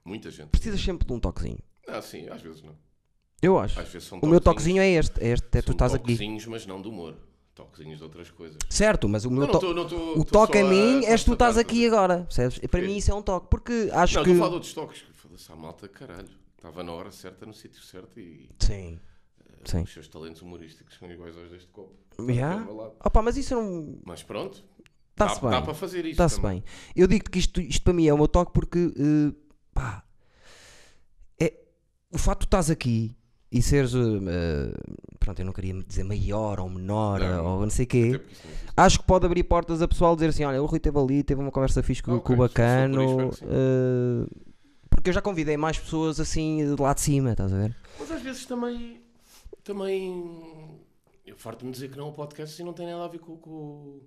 [SPEAKER 2] Muita gente.
[SPEAKER 1] precisas sempre de um toquezinho.
[SPEAKER 2] Ah, sim, às vezes não.
[SPEAKER 1] Eu acho.
[SPEAKER 2] Às vezes são
[SPEAKER 1] O meu
[SPEAKER 2] toquezinhos-
[SPEAKER 1] toquezinho é este. É este, é tu
[SPEAKER 2] são
[SPEAKER 1] estás aqui.
[SPEAKER 2] toquezinhos, mas não de humor. Toquezinhos de outras coisas.
[SPEAKER 1] Certo, mas o meu
[SPEAKER 2] não
[SPEAKER 1] to-
[SPEAKER 2] tô- não tô-
[SPEAKER 1] o
[SPEAKER 2] tô
[SPEAKER 1] toque a
[SPEAKER 2] só a
[SPEAKER 1] mim és tu estás
[SPEAKER 2] constatar-
[SPEAKER 1] aqui agora, percebes? E Para
[SPEAKER 2] Sim.
[SPEAKER 1] mim isso é um toque, porque acho
[SPEAKER 2] não,
[SPEAKER 1] que.
[SPEAKER 2] estou a falar de outros toques. Foda-se, a malta, caralho. Estava na hora certa, no sítio certo e
[SPEAKER 1] Sim. Sim.
[SPEAKER 2] os seus talentos humorísticos são iguais aos deste copo.
[SPEAKER 1] Yeah.
[SPEAKER 2] Vá lá.
[SPEAKER 1] Opa, mas isso não.
[SPEAKER 2] Mas pronto,
[SPEAKER 1] Está-se
[SPEAKER 2] dá, dá para
[SPEAKER 1] bem.
[SPEAKER 2] fazer isso.
[SPEAKER 1] Está-se
[SPEAKER 2] também.
[SPEAKER 1] bem. Eu digo-te que isto, isto para mim é o meu toque porque. eh, pá. É, o facto de estás aqui e seres. eh, eh, pronto, eu não queria dizer maior ou menor
[SPEAKER 2] Não.
[SPEAKER 1] ou não sei o quê.
[SPEAKER 2] Até porque isso não existe.
[SPEAKER 1] Acho que pode abrir portas a pessoal dizer assim: olha, o Rui esteve ali, teve uma conversa fixe com,
[SPEAKER 2] Ah,
[SPEAKER 1] o com o
[SPEAKER 2] ok, se for por isso,
[SPEAKER 1] bacano.
[SPEAKER 2] espero que sim.
[SPEAKER 1] eh, porque eu já convidei mais pessoas assim de lá de cima, estás a ver?
[SPEAKER 2] Mas às vezes também. também eu farto-me dizer que não ao podcast e não tem nada a ver com. com...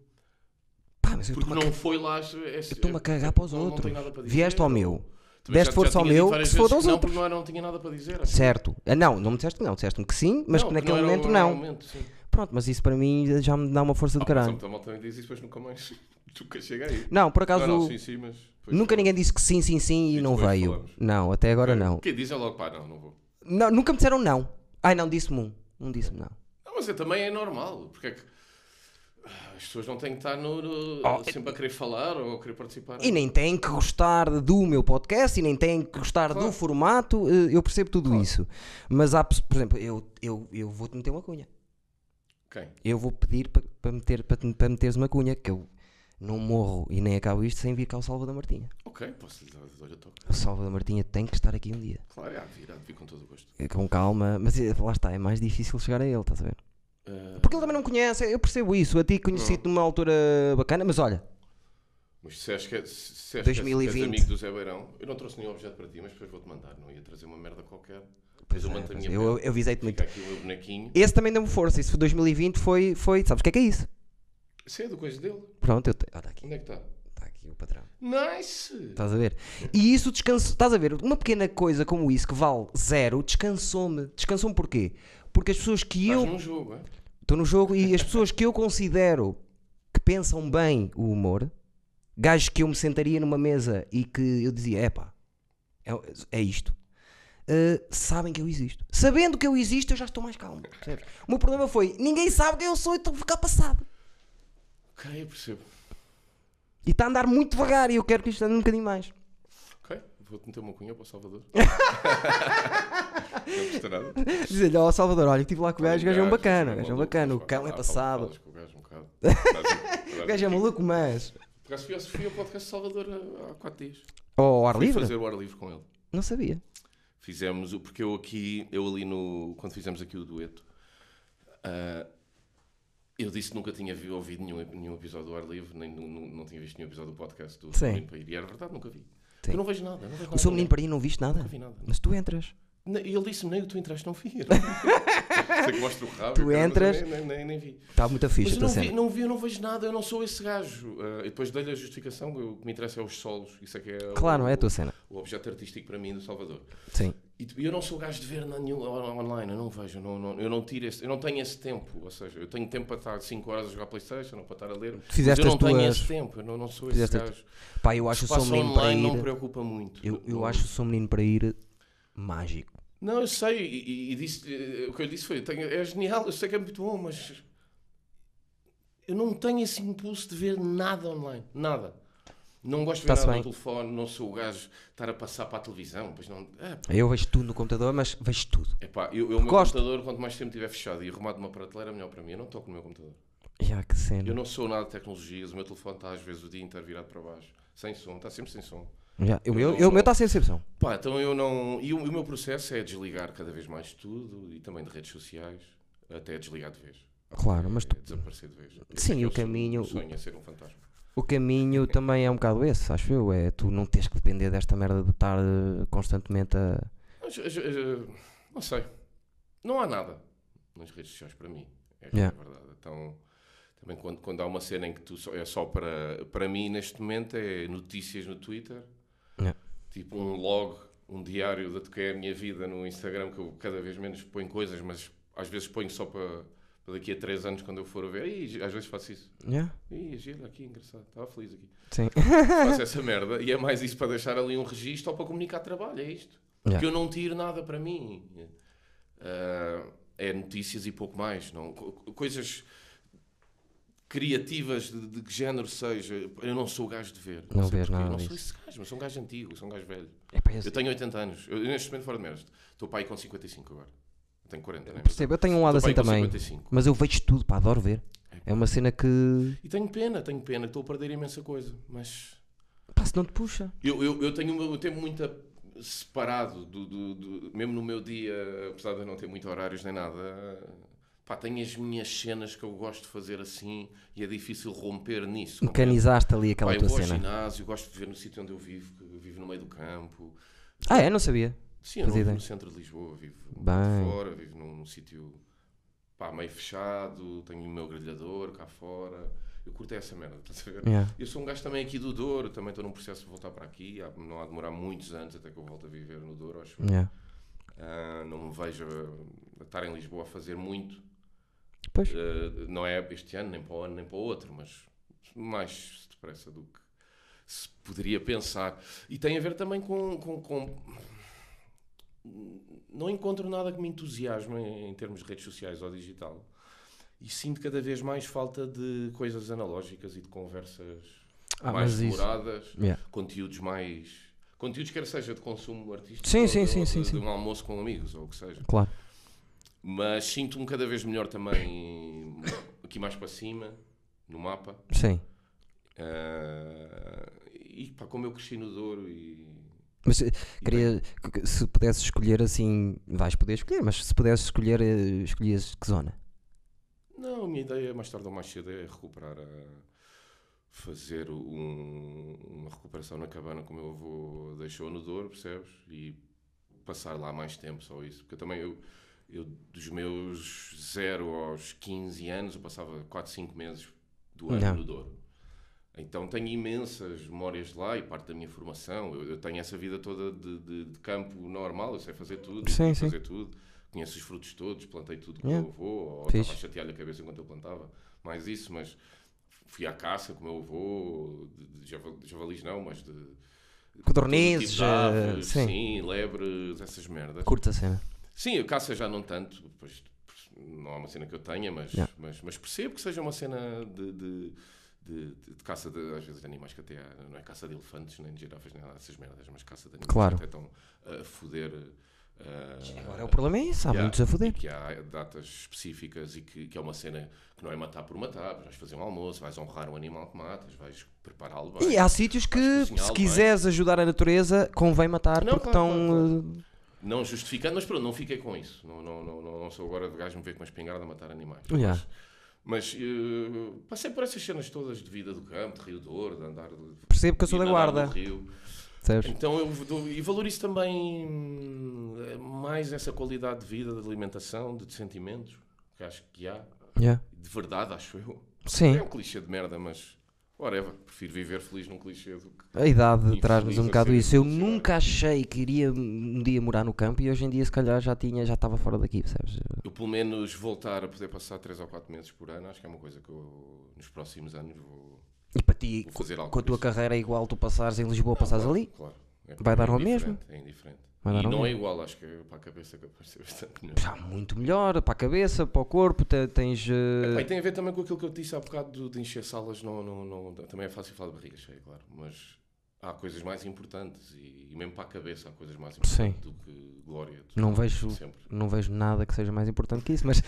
[SPEAKER 1] Pá, mas eu
[SPEAKER 2] Porque
[SPEAKER 1] estou-me a
[SPEAKER 2] não foi lá. Eu
[SPEAKER 1] estou-me a cagar para os
[SPEAKER 2] não, Não
[SPEAKER 1] outros.
[SPEAKER 2] tenho nada para dizer.
[SPEAKER 1] Vieste ao meu,
[SPEAKER 2] Também
[SPEAKER 1] deste força ao
[SPEAKER 2] tinha dito
[SPEAKER 1] meu,
[SPEAKER 2] várias
[SPEAKER 1] que se foda
[SPEAKER 2] vezes
[SPEAKER 1] aos
[SPEAKER 2] não,
[SPEAKER 1] outros.
[SPEAKER 2] porque Não, era- não tinha nada para dizer. acho.
[SPEAKER 1] certo? Ah, não, não me disseste que não, disseste-me que sim, mas
[SPEAKER 2] Não,
[SPEAKER 1] que naquele
[SPEAKER 2] não era
[SPEAKER 1] momento
[SPEAKER 2] o-
[SPEAKER 1] não.
[SPEAKER 2] era o momento, sim.
[SPEAKER 1] Pronto, mas isso para mim já me dá uma força do
[SPEAKER 2] Ah, mas
[SPEAKER 1] caralho.
[SPEAKER 2] a malta também diz isso, depois nunca mais. Nunca chega aí.
[SPEAKER 1] Não, por acaso,
[SPEAKER 2] Não, não, sim, sim, mas. depois
[SPEAKER 1] nunca ninguém disse que sim, sim, sim e
[SPEAKER 2] E
[SPEAKER 1] não
[SPEAKER 2] depois
[SPEAKER 1] veio.
[SPEAKER 2] falamos.
[SPEAKER 1] Não, até agora não.
[SPEAKER 2] Quem diz é logo, pá, não, não vou.
[SPEAKER 1] não. Nunca me disseram não. Ai, não, disse-me um. Um disse-me não.
[SPEAKER 2] Não, mas é, também é normal, porque é que ah, as pessoas não têm que estar no, no-
[SPEAKER 1] Oh,
[SPEAKER 2] sempre a querer falar ou a querer participar.
[SPEAKER 1] E nem têm que gostar do meu podcast e nem têm que gostar do
[SPEAKER 2] Claro.
[SPEAKER 1] formato, eh, eu percebo tudo isso. Mas há, pe- por exemplo, eu, eu, eu vou-te meter uma cunha.
[SPEAKER 2] Quem?
[SPEAKER 1] Eu vou pedir para para meter, para, te- para meteres uma cunha, que eu não morro e nem acabo isto sem vir cá o Salvador Martinha.
[SPEAKER 2] Ok, posso lhe dar dar o toque.
[SPEAKER 1] O Salvador Martinha tem que estar aqui um dia.
[SPEAKER 2] Claro, é, há de vir, há de vir com todo o gosto.
[SPEAKER 1] Eh, Com calma, mas eh, lá está, é mais difícil chegar a ele, estás a ver?
[SPEAKER 2] Ah,
[SPEAKER 1] Porque ele também não me conhece, eu percebo isso. A ti
[SPEAKER 2] Hum.
[SPEAKER 1] conheci-te numa altura bacana, mas olha,
[SPEAKER 2] mas se és, que é- se se és, 2020.
[SPEAKER 1] 2020.
[SPEAKER 2] amigo do Zé Beirão, eu não trouxe nenhum objeto para ti, mas depois vou-te mandar, não ia trazer uma merda qualquer. Depois
[SPEAKER 1] pois
[SPEAKER 2] eu
[SPEAKER 1] é,
[SPEAKER 2] mando a
[SPEAKER 1] pois
[SPEAKER 2] minha
[SPEAKER 1] é,
[SPEAKER 2] merda.
[SPEAKER 1] eu, eu avisei-te muito.
[SPEAKER 2] Fica aqui o meu bonequinho.
[SPEAKER 1] Esse também deu-me força, isso foi 2020 foi, foi, sabes o que é que é isso?
[SPEAKER 2] Isso é do coisa dele.
[SPEAKER 1] Pronto, eu te... olha aqui,
[SPEAKER 2] Onde é que Tá está?
[SPEAKER 1] está aqui o patrão.
[SPEAKER 2] Nice!
[SPEAKER 1] Estás a ver? E isso descansou. Estás a ver? Uma pequena coisa como isso que vale zero descansou-me. Descansou-me porquê? Porque as pessoas que
[SPEAKER 2] Estás
[SPEAKER 1] eu.
[SPEAKER 2] num jogo, é?
[SPEAKER 1] Estou no jogo e as pessoas que eu considero que pensam bem o humor, gajos que eu me sentaria numa mesa e que eu dizia: epá, é, é isto. eh, sabem que eu existo. Sabendo que eu existo, eu já estou mais calmo. percebes? O meu problema foi: ninguém sabe quem eu sou e estou a ficar passado.
[SPEAKER 2] Ok, eu percebo.
[SPEAKER 1] E está a andar muito devagar e eu quero que isto ande um bocadinho mais.
[SPEAKER 2] Ok, vou-te meter uma cunha para o Salvador. não custa nada.
[SPEAKER 1] Dizer-lhe, ó Salvador, olha, que estive lá com o gajo, o gajo é um
[SPEAKER 2] gajo,
[SPEAKER 1] bacana, o
[SPEAKER 2] assim,
[SPEAKER 1] gajo é um
[SPEAKER 2] maluco,
[SPEAKER 1] bacana, o
[SPEAKER 2] falas-
[SPEAKER 1] cão é
[SPEAKER 2] falas-
[SPEAKER 1] passado,
[SPEAKER 2] falas com o gajo um bocado.
[SPEAKER 1] o gajo é maluco, mas.
[SPEAKER 2] O acaso fui, ao- fui ao podcast de Salvador há- há quatro dias.
[SPEAKER 1] Ao ar
[SPEAKER 2] Fui
[SPEAKER 1] livre?
[SPEAKER 2] fazer o ar livre com ele.
[SPEAKER 1] Não sabia.
[SPEAKER 2] Fizemos o. Porque eu aqui, eu ali no. Quando fizemos aqui o dueto, ah, eu disse que nunca tinha vi- ouvido nenhum, nenhum episódio do Ar Livre, nem nu- nu- não tinha visto nenhum episódio do podcast do
[SPEAKER 1] Sim.
[SPEAKER 2] Menino para ir. E era verdade, nunca vi.
[SPEAKER 1] Sim.
[SPEAKER 2] Eu não vejo nada. eu Não vejo nada
[SPEAKER 1] O seu menino para aí não viste
[SPEAKER 2] Nunca
[SPEAKER 1] nada?
[SPEAKER 2] vi nada.
[SPEAKER 1] Mas tu entras.
[SPEAKER 2] Ne- Ele disse: nem tu entraste, não vi. Sei que mostro o rabo.
[SPEAKER 1] Tu
[SPEAKER 2] e o caralho, mas eu
[SPEAKER 1] entras-
[SPEAKER 2] Nem, nem, nem, nem vi.
[SPEAKER 1] Está muito fixe
[SPEAKER 2] Mas
[SPEAKER 1] a Tá
[SPEAKER 2] eu
[SPEAKER 1] tua
[SPEAKER 2] não
[SPEAKER 1] cena.
[SPEAKER 2] vi, não vi, eu não vejo nada, eu não sou esse gajo. Ah, e depois dei-lhe a justificação, que o que me interessa é os solos. Isso é que é
[SPEAKER 1] Claro,
[SPEAKER 2] o,
[SPEAKER 1] não é a tua cena.
[SPEAKER 2] o objeto artístico para mim do Salvador.
[SPEAKER 1] Sim.
[SPEAKER 2] E tu- eu não sou gajo de ver na nenhum on- online, eu não vejo, eu não, não- eu não tiro esse- eu não tenho esse tempo, ou seja, eu tenho tempo para estar 5 horas a jogar Playstation ou para estar a ler, mas
[SPEAKER 1] Fizeste
[SPEAKER 2] eu não
[SPEAKER 1] as
[SPEAKER 2] tenho
[SPEAKER 1] tuas-
[SPEAKER 2] esse tempo, eu não, não sou
[SPEAKER 1] fizeste
[SPEAKER 2] esse
[SPEAKER 1] as-
[SPEAKER 2] gajo.
[SPEAKER 1] Pá, eu acho o seu
[SPEAKER 2] Espaço
[SPEAKER 1] menino para
[SPEAKER 2] online não me
[SPEAKER 1] ir.
[SPEAKER 2] preocupa muito.
[SPEAKER 1] Eu, eu
[SPEAKER 2] Não-
[SPEAKER 1] acho o seu menino para ir mágico.
[SPEAKER 2] Não, eu sei, e, e- e disse, eh, o que eu lhe disse foi, tenho- é genial, eu sei que é muito bom, mas eu não tenho esse impulso de ver nada online, nada. Não gosto de ver
[SPEAKER 1] Tá-se
[SPEAKER 2] nada no
[SPEAKER 1] bem.
[SPEAKER 2] telefone, não sou o gajo de estar a passar para a televisão, pois não, é,
[SPEAKER 1] Eu vejo tudo no computador, mas vejo tudo.
[SPEAKER 2] Epá, eu, eu o meu
[SPEAKER 1] Gosto.
[SPEAKER 2] computador, quanto mais tempo tiver fechado e arrumado numa prateleira, é melhor para mim. Eu não toco no meu computador.
[SPEAKER 1] Já, que
[SPEAKER 2] Eu
[SPEAKER 1] cena.
[SPEAKER 2] não sou nada de tecnologias. O meu telefone está às vezes o dia inteiro virado para baixo, sem som, está sempre sem som.
[SPEAKER 1] Já, eu, eu,
[SPEAKER 2] não-
[SPEAKER 1] eu- o meu está sem exceção.
[SPEAKER 2] Pá, então eu não. E o, e o meu processo é desligar cada vez mais tudo e também de redes sociais, até desligar de vez.
[SPEAKER 1] Claro, mas tu-
[SPEAKER 2] É desaparecer de vez.
[SPEAKER 1] Sim, e o
[SPEAKER 2] Eu sou-
[SPEAKER 1] caminho-
[SPEAKER 2] O sonho é ser um fantasma.
[SPEAKER 1] o caminho também é um bocado esse, acho eu. É tu não tens que depender desta merda de estar eh, constantemente a.
[SPEAKER 2] Mas, eh, eh, não sei. Não há nada nas redes sociais para mim. É que é
[SPEAKER 1] Yeah.
[SPEAKER 2] verdade. Então, também quando, quando há uma cena em que tu só, é só para, para mim, neste momento, é notícias no Twitter.
[SPEAKER 1] Yeah.
[SPEAKER 2] Tipo um log, um diário de que é a minha vida no Instagram, que eu cada vez menos ponho coisas, mas às vezes ponho só para, para daqui a três anos, quando eu for a ver. E às vezes faço isso.
[SPEAKER 1] Já?
[SPEAKER 2] Ih, gira aqui, engraçado. Estava feliz aqui.
[SPEAKER 1] Sim.
[SPEAKER 2] Faço essa merda. E é mais isso para deixar ali um registro ou para comunicar trabalho, é isto.
[SPEAKER 1] Yeah.
[SPEAKER 2] Porque eu não tiro nada para mim. Ah, é notícias e pouco mais. Não? Co- co- Coisas criativas de, de que género seja. Eu não sou o gajo de ver.
[SPEAKER 1] Não
[SPEAKER 2] sei
[SPEAKER 1] vês
[SPEAKER 2] porquê,
[SPEAKER 1] nada
[SPEAKER 2] Eu não
[SPEAKER 1] disso.
[SPEAKER 2] sou esse gajo, mas sou um gajo antigo, sou um gajo velho.
[SPEAKER 1] É pá, eu,
[SPEAKER 2] Eu tenho 80 anos. Eu, neste momento, fora de merda, estou pai com 55 agora. Eu tenho 40, né?
[SPEAKER 1] percebo, eu tenho um lado
[SPEAKER 2] Estou pai
[SPEAKER 1] assim
[SPEAKER 2] com
[SPEAKER 1] também.
[SPEAKER 2] 55.
[SPEAKER 1] Mas eu vejo tudo, pá, adoro ver. É uma cena que.
[SPEAKER 2] E tenho pena, tenho pena, que estou a perder imensa coisa. Mas
[SPEAKER 1] pá, se não te puxa.
[SPEAKER 2] Eu, eu, eu tenho o meu tempo muito a- separado, do, do- do- mesmo no meu dia, apesar de eu não ter muito horários nem nada. Pá, tenho as minhas cenas que eu gosto de fazer assim e é difícil romper nisso. compreende?
[SPEAKER 1] Mecanizaste ali aquela
[SPEAKER 2] Pá, eu
[SPEAKER 1] tua
[SPEAKER 2] vou ao
[SPEAKER 1] cena.
[SPEAKER 2] ginásio, gosto de viver no sítio onde eu vivo, que eu vivo no meio do campo.
[SPEAKER 1] Ah, é? Não sabia.
[SPEAKER 2] Sim, eu não
[SPEAKER 1] Fazia
[SPEAKER 2] vivo
[SPEAKER 1] ideia.
[SPEAKER 2] no centro de Lisboa, vivo
[SPEAKER 1] Bem.
[SPEAKER 2] fora, vivo num, num sítio pá, meio fechado, tenho o meu grelhador cá fora. Eu curto essa merda, estás a ver?
[SPEAKER 1] Yeah.
[SPEAKER 2] Eu sou um gajo também aqui do Douro, também estou num processo de voltar para aqui, há- não há de demorar muitos anos até que eu volto a viver no Douro, acho.
[SPEAKER 1] Yeah.
[SPEAKER 2] Ah, não me vejo a- a estar em Lisboa a fazer muito,
[SPEAKER 1] Pois.
[SPEAKER 2] ah, não é este ano, nem para o ano, nem para o outro, mas mais depressa do que se poderia pensar. E tem a ver também com... com- com- Não encontro nada que me entusiasme em em termos de redes sociais ou digital. E sinto cada vez mais falta de coisas analógicas e de conversas
[SPEAKER 1] Ah,
[SPEAKER 2] mais
[SPEAKER 1] mas isso.
[SPEAKER 2] exploradas,
[SPEAKER 1] Yeah.
[SPEAKER 2] conteúdos mais. Conteúdos quer seja de consumo artístico,
[SPEAKER 1] Sim,
[SPEAKER 2] ou
[SPEAKER 1] sim,
[SPEAKER 2] de,
[SPEAKER 1] sim,
[SPEAKER 2] ou de-
[SPEAKER 1] sim,
[SPEAKER 2] de
[SPEAKER 1] sim.
[SPEAKER 2] um almoço com amigos, ou o que seja.
[SPEAKER 1] Claro.
[SPEAKER 2] Mas sinto-me cada vez melhor também aqui mais para cima, no mapa.
[SPEAKER 1] Sim.
[SPEAKER 2] Ah, e pá, como eu cresci no Douro e.
[SPEAKER 1] Mas eh, queria que- que se pudesse escolher assim, vais poder escolher, mas se pudesse escolher, eh, escolhias que zona?
[SPEAKER 2] Não, a minha ideia mais tarde ou mais cedo é recuperar a fazer um- uma recuperação na cabana como o meu avô deixou no Douro, percebes? E passar lá mais tempo, só isso. Porque também eu, eu dos meus 0 aos 15 anos, eu passava 4, 5 meses do ano
[SPEAKER 1] Não.
[SPEAKER 2] no Douro. Então tenho imensas memórias de lá e parte da minha formação. Eu, eu tenho essa vida toda de, de- de campo normal, eu sei fazer tudo,
[SPEAKER 1] Sim,
[SPEAKER 2] sei
[SPEAKER 1] sim.
[SPEAKER 2] fazer tudo. Conheço os frutos todos, plantei tudo com o
[SPEAKER 1] Yeah.
[SPEAKER 2] meu avô, ou
[SPEAKER 1] Fixe.
[SPEAKER 2] estava a chatear-lhe a cabeça enquanto eu plantava. Mais isso, mas fui à caça com o meu avô, de, de javal- de javalis não, mas de... de
[SPEAKER 1] Codornizes,
[SPEAKER 2] todo tipo de
[SPEAKER 1] eh,
[SPEAKER 2] aves,
[SPEAKER 1] sim.
[SPEAKER 2] sim, lebres, essas merdas.
[SPEAKER 1] Curta a cena.
[SPEAKER 2] Sim, a caça já não tanto, pois não é uma cena que eu tenha, mas,
[SPEAKER 1] Yeah.
[SPEAKER 2] mas, mas percebo que seja uma cena de, de, de- de- de caça de, às vezes, de animais que até há, não é caça de elefantes, nem de girafas, nem nada dessas merdas, mas caça de animais
[SPEAKER 1] Claro.
[SPEAKER 2] que até estão a foder Ah,
[SPEAKER 1] Agora o problema é isso, há
[SPEAKER 2] Yeah.
[SPEAKER 1] muitos a
[SPEAKER 2] E
[SPEAKER 1] foder.
[SPEAKER 2] que há datas específicas e que, que é uma cena que não é matar por matar. Vais fazer um almoço, vais honrar um animal que matas, vais prepará-lo bem.
[SPEAKER 1] E há sítios que,
[SPEAKER 2] Vais cozinhá-lo,
[SPEAKER 1] se
[SPEAKER 2] vai.
[SPEAKER 1] quiseres ajudar a natureza, convém matar
[SPEAKER 2] Não,
[SPEAKER 1] porque
[SPEAKER 2] claro,
[SPEAKER 1] estão.
[SPEAKER 2] claro,
[SPEAKER 1] eh,
[SPEAKER 2] Não justificando, mas pronto, não fiquei com isso. Não, não, não, não, não sou agora de gajo me ver com uma espingarda a matar animais.
[SPEAKER 1] eh, Yeah.
[SPEAKER 2] Mas eh, passei por essas cenas todas de vida do campo, de Rio Douro, de andar. de-
[SPEAKER 1] Percebo que eu sou
[SPEAKER 2] de
[SPEAKER 1] da
[SPEAKER 2] nadar no
[SPEAKER 1] guarda.
[SPEAKER 2] Rio.
[SPEAKER 1] Percebes?
[SPEAKER 2] Então eu dou- e valorizo também hum, mais essa qualidade de vida, de alimentação, de sentimentos, que acho que há.
[SPEAKER 1] Yeah.
[SPEAKER 2] De verdade, acho eu.
[SPEAKER 1] Sim,
[SPEAKER 2] É um clichê de merda, mas whatever. Prefiro viver feliz num clichê do que.
[SPEAKER 1] a idade
[SPEAKER 2] Infeliz
[SPEAKER 1] traz-nos um
[SPEAKER 2] a
[SPEAKER 1] bocado
[SPEAKER 2] ser
[SPEAKER 1] isso. Eu
[SPEAKER 2] evolucionário.
[SPEAKER 1] nunca achei que iria um dia morar no campo e hoje em dia, se calhar, já tinha, já estava fora daqui, percebes?
[SPEAKER 2] Eu, pelo menos, voltar a poder passar 3 ou 4 meses por ano, acho que é uma coisa que eu, nos próximos anos, vou,
[SPEAKER 1] E para ti,
[SPEAKER 2] vou fazer algo.
[SPEAKER 1] com a
[SPEAKER 2] por
[SPEAKER 1] tua
[SPEAKER 2] isso.
[SPEAKER 1] carreira é igual, tu passares em Lisboa, passares
[SPEAKER 2] claro,
[SPEAKER 1] ali.
[SPEAKER 2] Claro. É,
[SPEAKER 1] Vai dar ao
[SPEAKER 2] indiferente,
[SPEAKER 1] mesmo.
[SPEAKER 2] É indiferente.
[SPEAKER 1] Vai
[SPEAKER 2] e
[SPEAKER 1] dar ao
[SPEAKER 2] não é
[SPEAKER 1] mesmo.
[SPEAKER 2] igual, acho que para a cabeça que apareceu bastante melhor.
[SPEAKER 1] Já muito melhor, para a cabeça, para o corpo, te- tens. eh,
[SPEAKER 2] Epá, e tem a ver também com aquilo que eu te disse há bocado do- de, encher salas. Não, não, não, também é fácil falar de barriga cheia, claro. Mas há coisas mais importantes e, e mesmo para a cabeça há coisas mais importantes do que glória. Tu-
[SPEAKER 1] Não vejo-
[SPEAKER 2] Sempre.
[SPEAKER 1] Não vejo nada que seja mais importante que isso, mas.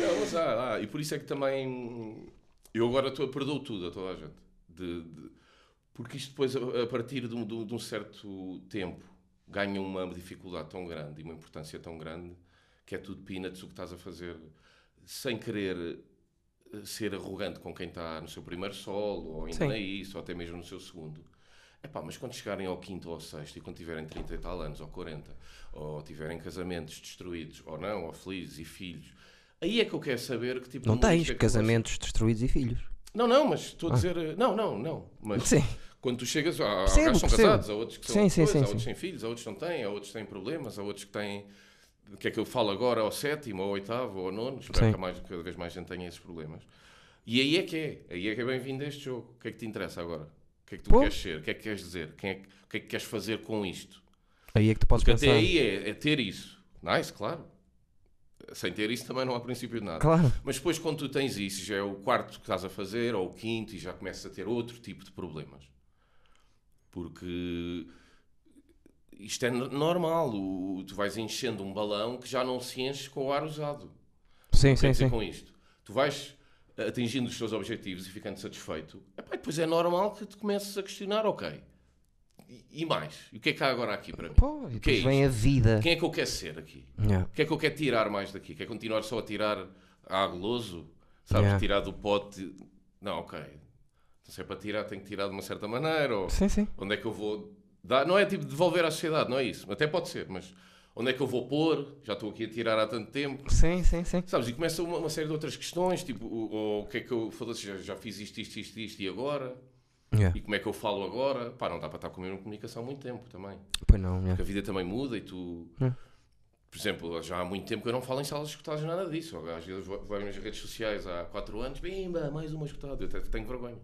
[SPEAKER 2] Não, mas há, há. E por isso é que também hum, eu agora estou a perdoo tudo a toda a gente. De- de- porque isto depois, a, a partir de um, de um- de um certo tempo, ganha uma dificuldade tão grande e uma importância tão grande que é tudo peanuts o que estás a fazer sem querer eh, ser arrogante com quem está no seu primeiro solo, ou ainda
[SPEAKER 1] Sim.
[SPEAKER 2] nem isso, ou até mesmo no seu segundo. Epá, mas quando chegarem ao quinto ou ao sexto e quando tiverem 30 e tal anos, ou 40, ou tiverem casamentos destruídos, ou não, ou felizes e filhos, aí é que eu quero saber que tipo de
[SPEAKER 1] Não
[SPEAKER 2] música
[SPEAKER 1] tens
[SPEAKER 2] que eu
[SPEAKER 1] casamentos destruídos e filhos.
[SPEAKER 2] gosto. Não, não, mas estou a dizer. eh, Não, não, não. Mas
[SPEAKER 1] Sim.
[SPEAKER 2] quando tu chegas, há, há
[SPEAKER 1] Percebo,
[SPEAKER 2] gajos que são
[SPEAKER 1] percebo.
[SPEAKER 2] casados, há outros que são
[SPEAKER 1] Sim,
[SPEAKER 2] outras
[SPEAKER 1] sim,
[SPEAKER 2] coisas,
[SPEAKER 1] sim,
[SPEAKER 2] há
[SPEAKER 1] sim.
[SPEAKER 2] outros sem filhos, há outros que não têm, há outros que têm problemas, há outros que têm. O que é que eu falo agora? Ao sétimo, ao oitavo, ao nono? Espero
[SPEAKER 1] Sim.
[SPEAKER 2] que há mais, cada vez mais gente tenha esses problemas. E aí é que é. Aí é que é bem-vindo este jogo. O que é que te interessa agora? O que é que tu
[SPEAKER 1] Pô.
[SPEAKER 2] queres ser? O que é que queres dizer? Quem é que- o que é que queres fazer com isto?
[SPEAKER 1] Aí é que tu podes
[SPEAKER 2] Porque
[SPEAKER 1] pensar.
[SPEAKER 2] até aí é, é ter isso. Nice, claro. Sem ter isso também não há princípio de nada.
[SPEAKER 1] Claro.
[SPEAKER 2] Mas depois, quando tu tens isso, já é o quarto que estás a fazer, ou o quinto, e já começas a ter outro tipo de problemas. Porque isto é no- normal. O, o- tu vais enchendo um balão que já não se enche com o ar usado.
[SPEAKER 1] Sim,
[SPEAKER 2] O que
[SPEAKER 1] sim,
[SPEAKER 2] é que dizer
[SPEAKER 1] sim.
[SPEAKER 2] com isto? Tu vais atingindo os teus objetivos e ficando satisfeito. Epá, e depois é normal que tu comeces a questionar, ok. E, e mais? E o que é que há agora aqui para mim?
[SPEAKER 1] Pô, e
[SPEAKER 2] O que é
[SPEAKER 1] depois vem a vida.
[SPEAKER 2] Quem é que eu quero ser aqui?
[SPEAKER 1] Yeah.
[SPEAKER 2] O que é que eu quero tirar mais daqui? Quer continuar só a tirar a goloso? Sabes?
[SPEAKER 1] Yeah.
[SPEAKER 2] Tirar do pote. Não, ok. Então, se é para tirar, tenho que tirar de uma certa maneira. Ou
[SPEAKER 1] Sim, sim.
[SPEAKER 2] onde é que eu vou dar? Não é tipo devolver à sociedade, não é isso. Até pode ser, mas onde é que eu vou pôr? Já estou aqui a tirar há tanto tempo.
[SPEAKER 1] Sim, sim, sim.
[SPEAKER 2] Sabes? E começa uma, uma série de outras questões, tipo, o, o que é que eu foda já, já fiz isto, isto, isto, isto e agora?
[SPEAKER 1] Yeah.
[SPEAKER 2] E como é que eu falo agora? Pá, não dá para estar com a mesma comunicação há muito tempo também.
[SPEAKER 1] Pois não, yeah.
[SPEAKER 2] Porque a vida também muda e tu.
[SPEAKER 1] É.
[SPEAKER 2] Por exemplo, já há muito tempo que eu não falo em salas escutadas nada disso. Às vezes vou vou às minhas redes sociais há 4 anos, bimba, mais uma escutada. Eu até tenho vergonha.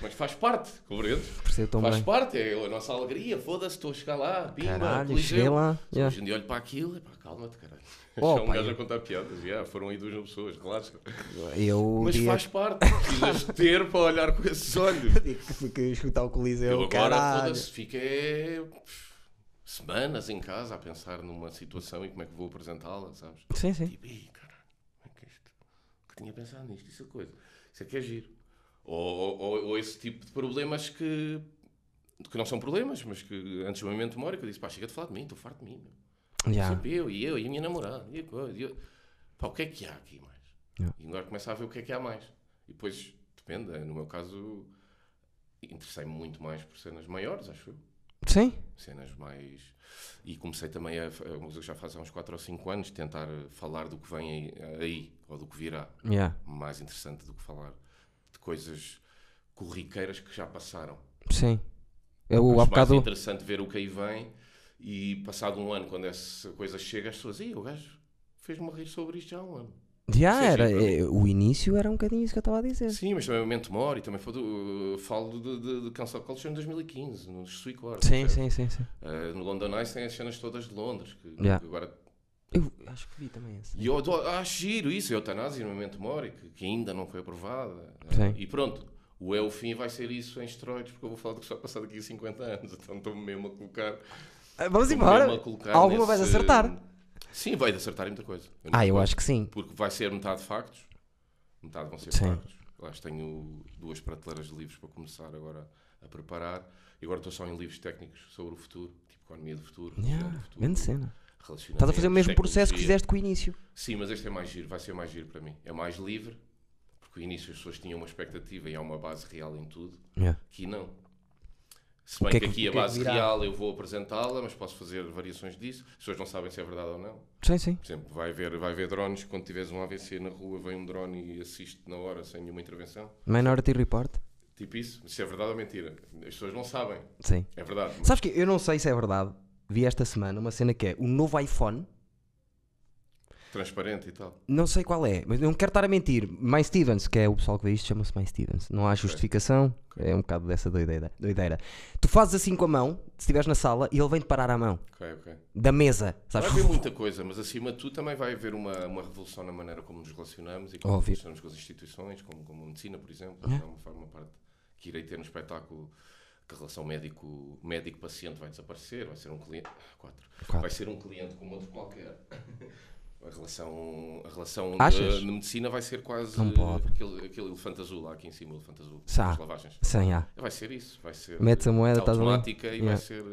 [SPEAKER 2] Mas faz parte, compreendes?
[SPEAKER 1] percebo tão
[SPEAKER 2] Faz
[SPEAKER 1] bem.
[SPEAKER 2] parte, é a nossa alegria. Foda-se, estou a chegar lá, bimba,
[SPEAKER 1] Caralho,
[SPEAKER 2] coliseu.
[SPEAKER 1] cheguei lá.
[SPEAKER 2] Só
[SPEAKER 1] Yeah.
[SPEAKER 2] Hoje em dia olho para aquilo, epá, calma-te, caralho.
[SPEAKER 1] Oh,
[SPEAKER 2] já um
[SPEAKER 1] pá,
[SPEAKER 2] gajo
[SPEAKER 1] eu-
[SPEAKER 2] a contar piadas, já, foram aí duas mil pessoas, relaxa.
[SPEAKER 1] Eu
[SPEAKER 2] Mas
[SPEAKER 1] digo
[SPEAKER 2] faz parte, precisas ter para olhar com esses olhos.
[SPEAKER 1] que fiquei a escutar o Coliseu.
[SPEAKER 2] Eu agora
[SPEAKER 1] caralho.
[SPEAKER 2] foda-se, fiquei pff, semanas em casa a pensar numa situação e como é que vou apresentá-la, sabes?
[SPEAKER 1] Sim, sim.
[SPEAKER 2] Tipo, "Ih, caralho, como é que é isto? Que tinha pensado nisto, isso é coisa. Isso é que é giro. Ou, ou- ou esse tipo de problemas que, que não são problemas, mas que antes do momento de memória, que eu disse, pá, chega de falar de mim, estou farto de mim. Meu.
[SPEAKER 1] Yeah.
[SPEAKER 2] Sempre Tipo, eu, e eu, e a minha namorada, e a coisa. E eu... Pá, o que é que há aqui mais?
[SPEAKER 1] Yeah.
[SPEAKER 2] E agora começa a ver o que é que há mais. E depois, depende, no meu caso, interessei-me muito mais por cenas maiores, acho eu.
[SPEAKER 1] Sim?
[SPEAKER 2] Cenas mais. E comecei também a, a música já faz há uns 4 ou 5 anos, tentar eh, falar do que vem aí, aí, ou do que virá.
[SPEAKER 1] Yeah.
[SPEAKER 2] Mais interessante do que falar de coisas corriqueiras que já passaram.
[SPEAKER 1] Sim. Eu há
[SPEAKER 2] Acho mais
[SPEAKER 1] bocado.
[SPEAKER 2] interessante ver o que aí vem e passado um ano, quando essa coisa chega, as pessoas, "Ih, o gajo fez-me rir sobre isto já há um ano.
[SPEAKER 1] Já
[SPEAKER 2] Sim, sim,
[SPEAKER 1] era.
[SPEAKER 2] para mim.
[SPEAKER 1] eh, O início era um bocadinho isso que eu estava a dizer.
[SPEAKER 2] Sim, mas também o momento moro e também foi do, eh, falo de, de, de Cancel Culture em 2015, no Suicor. Eh,
[SPEAKER 1] Sim, sim, sim, sim.
[SPEAKER 2] no London Ice tem as cenas todas de Londres, que,
[SPEAKER 1] Yeah.
[SPEAKER 2] que agora
[SPEAKER 1] Eu acho que vi também esse.
[SPEAKER 2] E eu adoro, acho giro isso, a eutanásia no momento mori, que, que ainda não foi aprovada. né?
[SPEAKER 1] Sim.
[SPEAKER 2] E pronto, o é o fim vai ser isso em esteroides, porque eu vou falar do que está passado aqui há 50 anos, então estou-me mesmo a colocar
[SPEAKER 1] Ah, Vamos
[SPEAKER 2] Vou
[SPEAKER 1] embora.
[SPEAKER 2] mesmo a colocar
[SPEAKER 1] Alguma vais
[SPEAKER 2] nesse-
[SPEAKER 1] acertar.
[SPEAKER 2] Sim, vai acertar em muita coisa.
[SPEAKER 1] Ah, eu
[SPEAKER 2] acho
[SPEAKER 1] acho que sim.
[SPEAKER 2] Porque vai ser metade factos, metade vão ser
[SPEAKER 1] Sim.
[SPEAKER 2] factos. Eu acho que tenho duas prateleiras de livros para começar agora a preparar. E agora estou só em livros técnicos sobre o futuro, tipo economia do futuro,
[SPEAKER 1] Yeah,
[SPEAKER 2] gestão do futuro,
[SPEAKER 1] grande cena.
[SPEAKER 2] relacionamentos,
[SPEAKER 1] Estás a fazer o mesmo processo que
[SPEAKER 2] tecnologia.
[SPEAKER 1] fizeste com o início.
[SPEAKER 2] Sim, mas este é mais giro, vai ser mais giro para mim. É mais livre, porque no início as pessoas tinham uma expectativa e há uma base real em tudo. Aqui não. Se bem
[SPEAKER 1] que
[SPEAKER 2] que,
[SPEAKER 1] é que-
[SPEAKER 2] aqui
[SPEAKER 1] o que
[SPEAKER 2] a
[SPEAKER 1] é que
[SPEAKER 2] base
[SPEAKER 1] virá?
[SPEAKER 2] real eu vou apresentá-la, mas posso fazer variações disso. As pessoas não sabem se é verdade ou não.
[SPEAKER 1] Sim, sim.
[SPEAKER 2] Por exemplo, vai haver, vai haver drones, quando tiveres um AVC na rua, vem um drone e assiste na hora sem nenhuma intervenção.
[SPEAKER 1] Minority Report.
[SPEAKER 2] Tipo isso, mas se é verdade ou mentira. As pessoas não sabem.
[SPEAKER 1] Sim.
[SPEAKER 2] É verdade. mas-
[SPEAKER 1] Sabes que eu não sei se é verdade. Vi esta semana uma cena que é o novo iPhone.
[SPEAKER 2] Transparente e tal.
[SPEAKER 1] Não sei qual é, mas não quero estar a mentir. Mike Stevens, que é o pessoal que vê isto, chama-se Mike Stevens. Não há justificação. É um bocado dessa doideira. doideira. Tu fazes assim com a mão, se estiveres na sala, e ele vem-te parar a mão.
[SPEAKER 2] Ok, ok.
[SPEAKER 1] Da mesa. Sabes?
[SPEAKER 2] Vai haver muita coisa, mas acima de tudo também vai haver uma, uma revolução na maneira como nos relacionamos e como nos
[SPEAKER 1] Óbvio.
[SPEAKER 2] relacionamos com as instituições, como, como a medicina, por exemplo.
[SPEAKER 1] É.
[SPEAKER 2] É uma forma parte que irei ter no espetáculo que a relação médico- médico-paciente vai desaparecer, vai ser um cliente. Quatro.
[SPEAKER 1] Quatro.
[SPEAKER 2] Vai ser um cliente como outro qualquer. A relação, a relação
[SPEAKER 1] Achas?
[SPEAKER 2] de, de medicina vai ser quase
[SPEAKER 1] Não pode.
[SPEAKER 2] Aquele, aquele elefante azul lá aqui em cima, o elefante azul,
[SPEAKER 1] Sá.
[SPEAKER 2] as lavagens.
[SPEAKER 1] Sem A.
[SPEAKER 2] Vai ser isso, vai ser
[SPEAKER 1] Metes a moeda, estás ali.
[SPEAKER 2] automática e
[SPEAKER 1] Yeah.
[SPEAKER 2] vai ser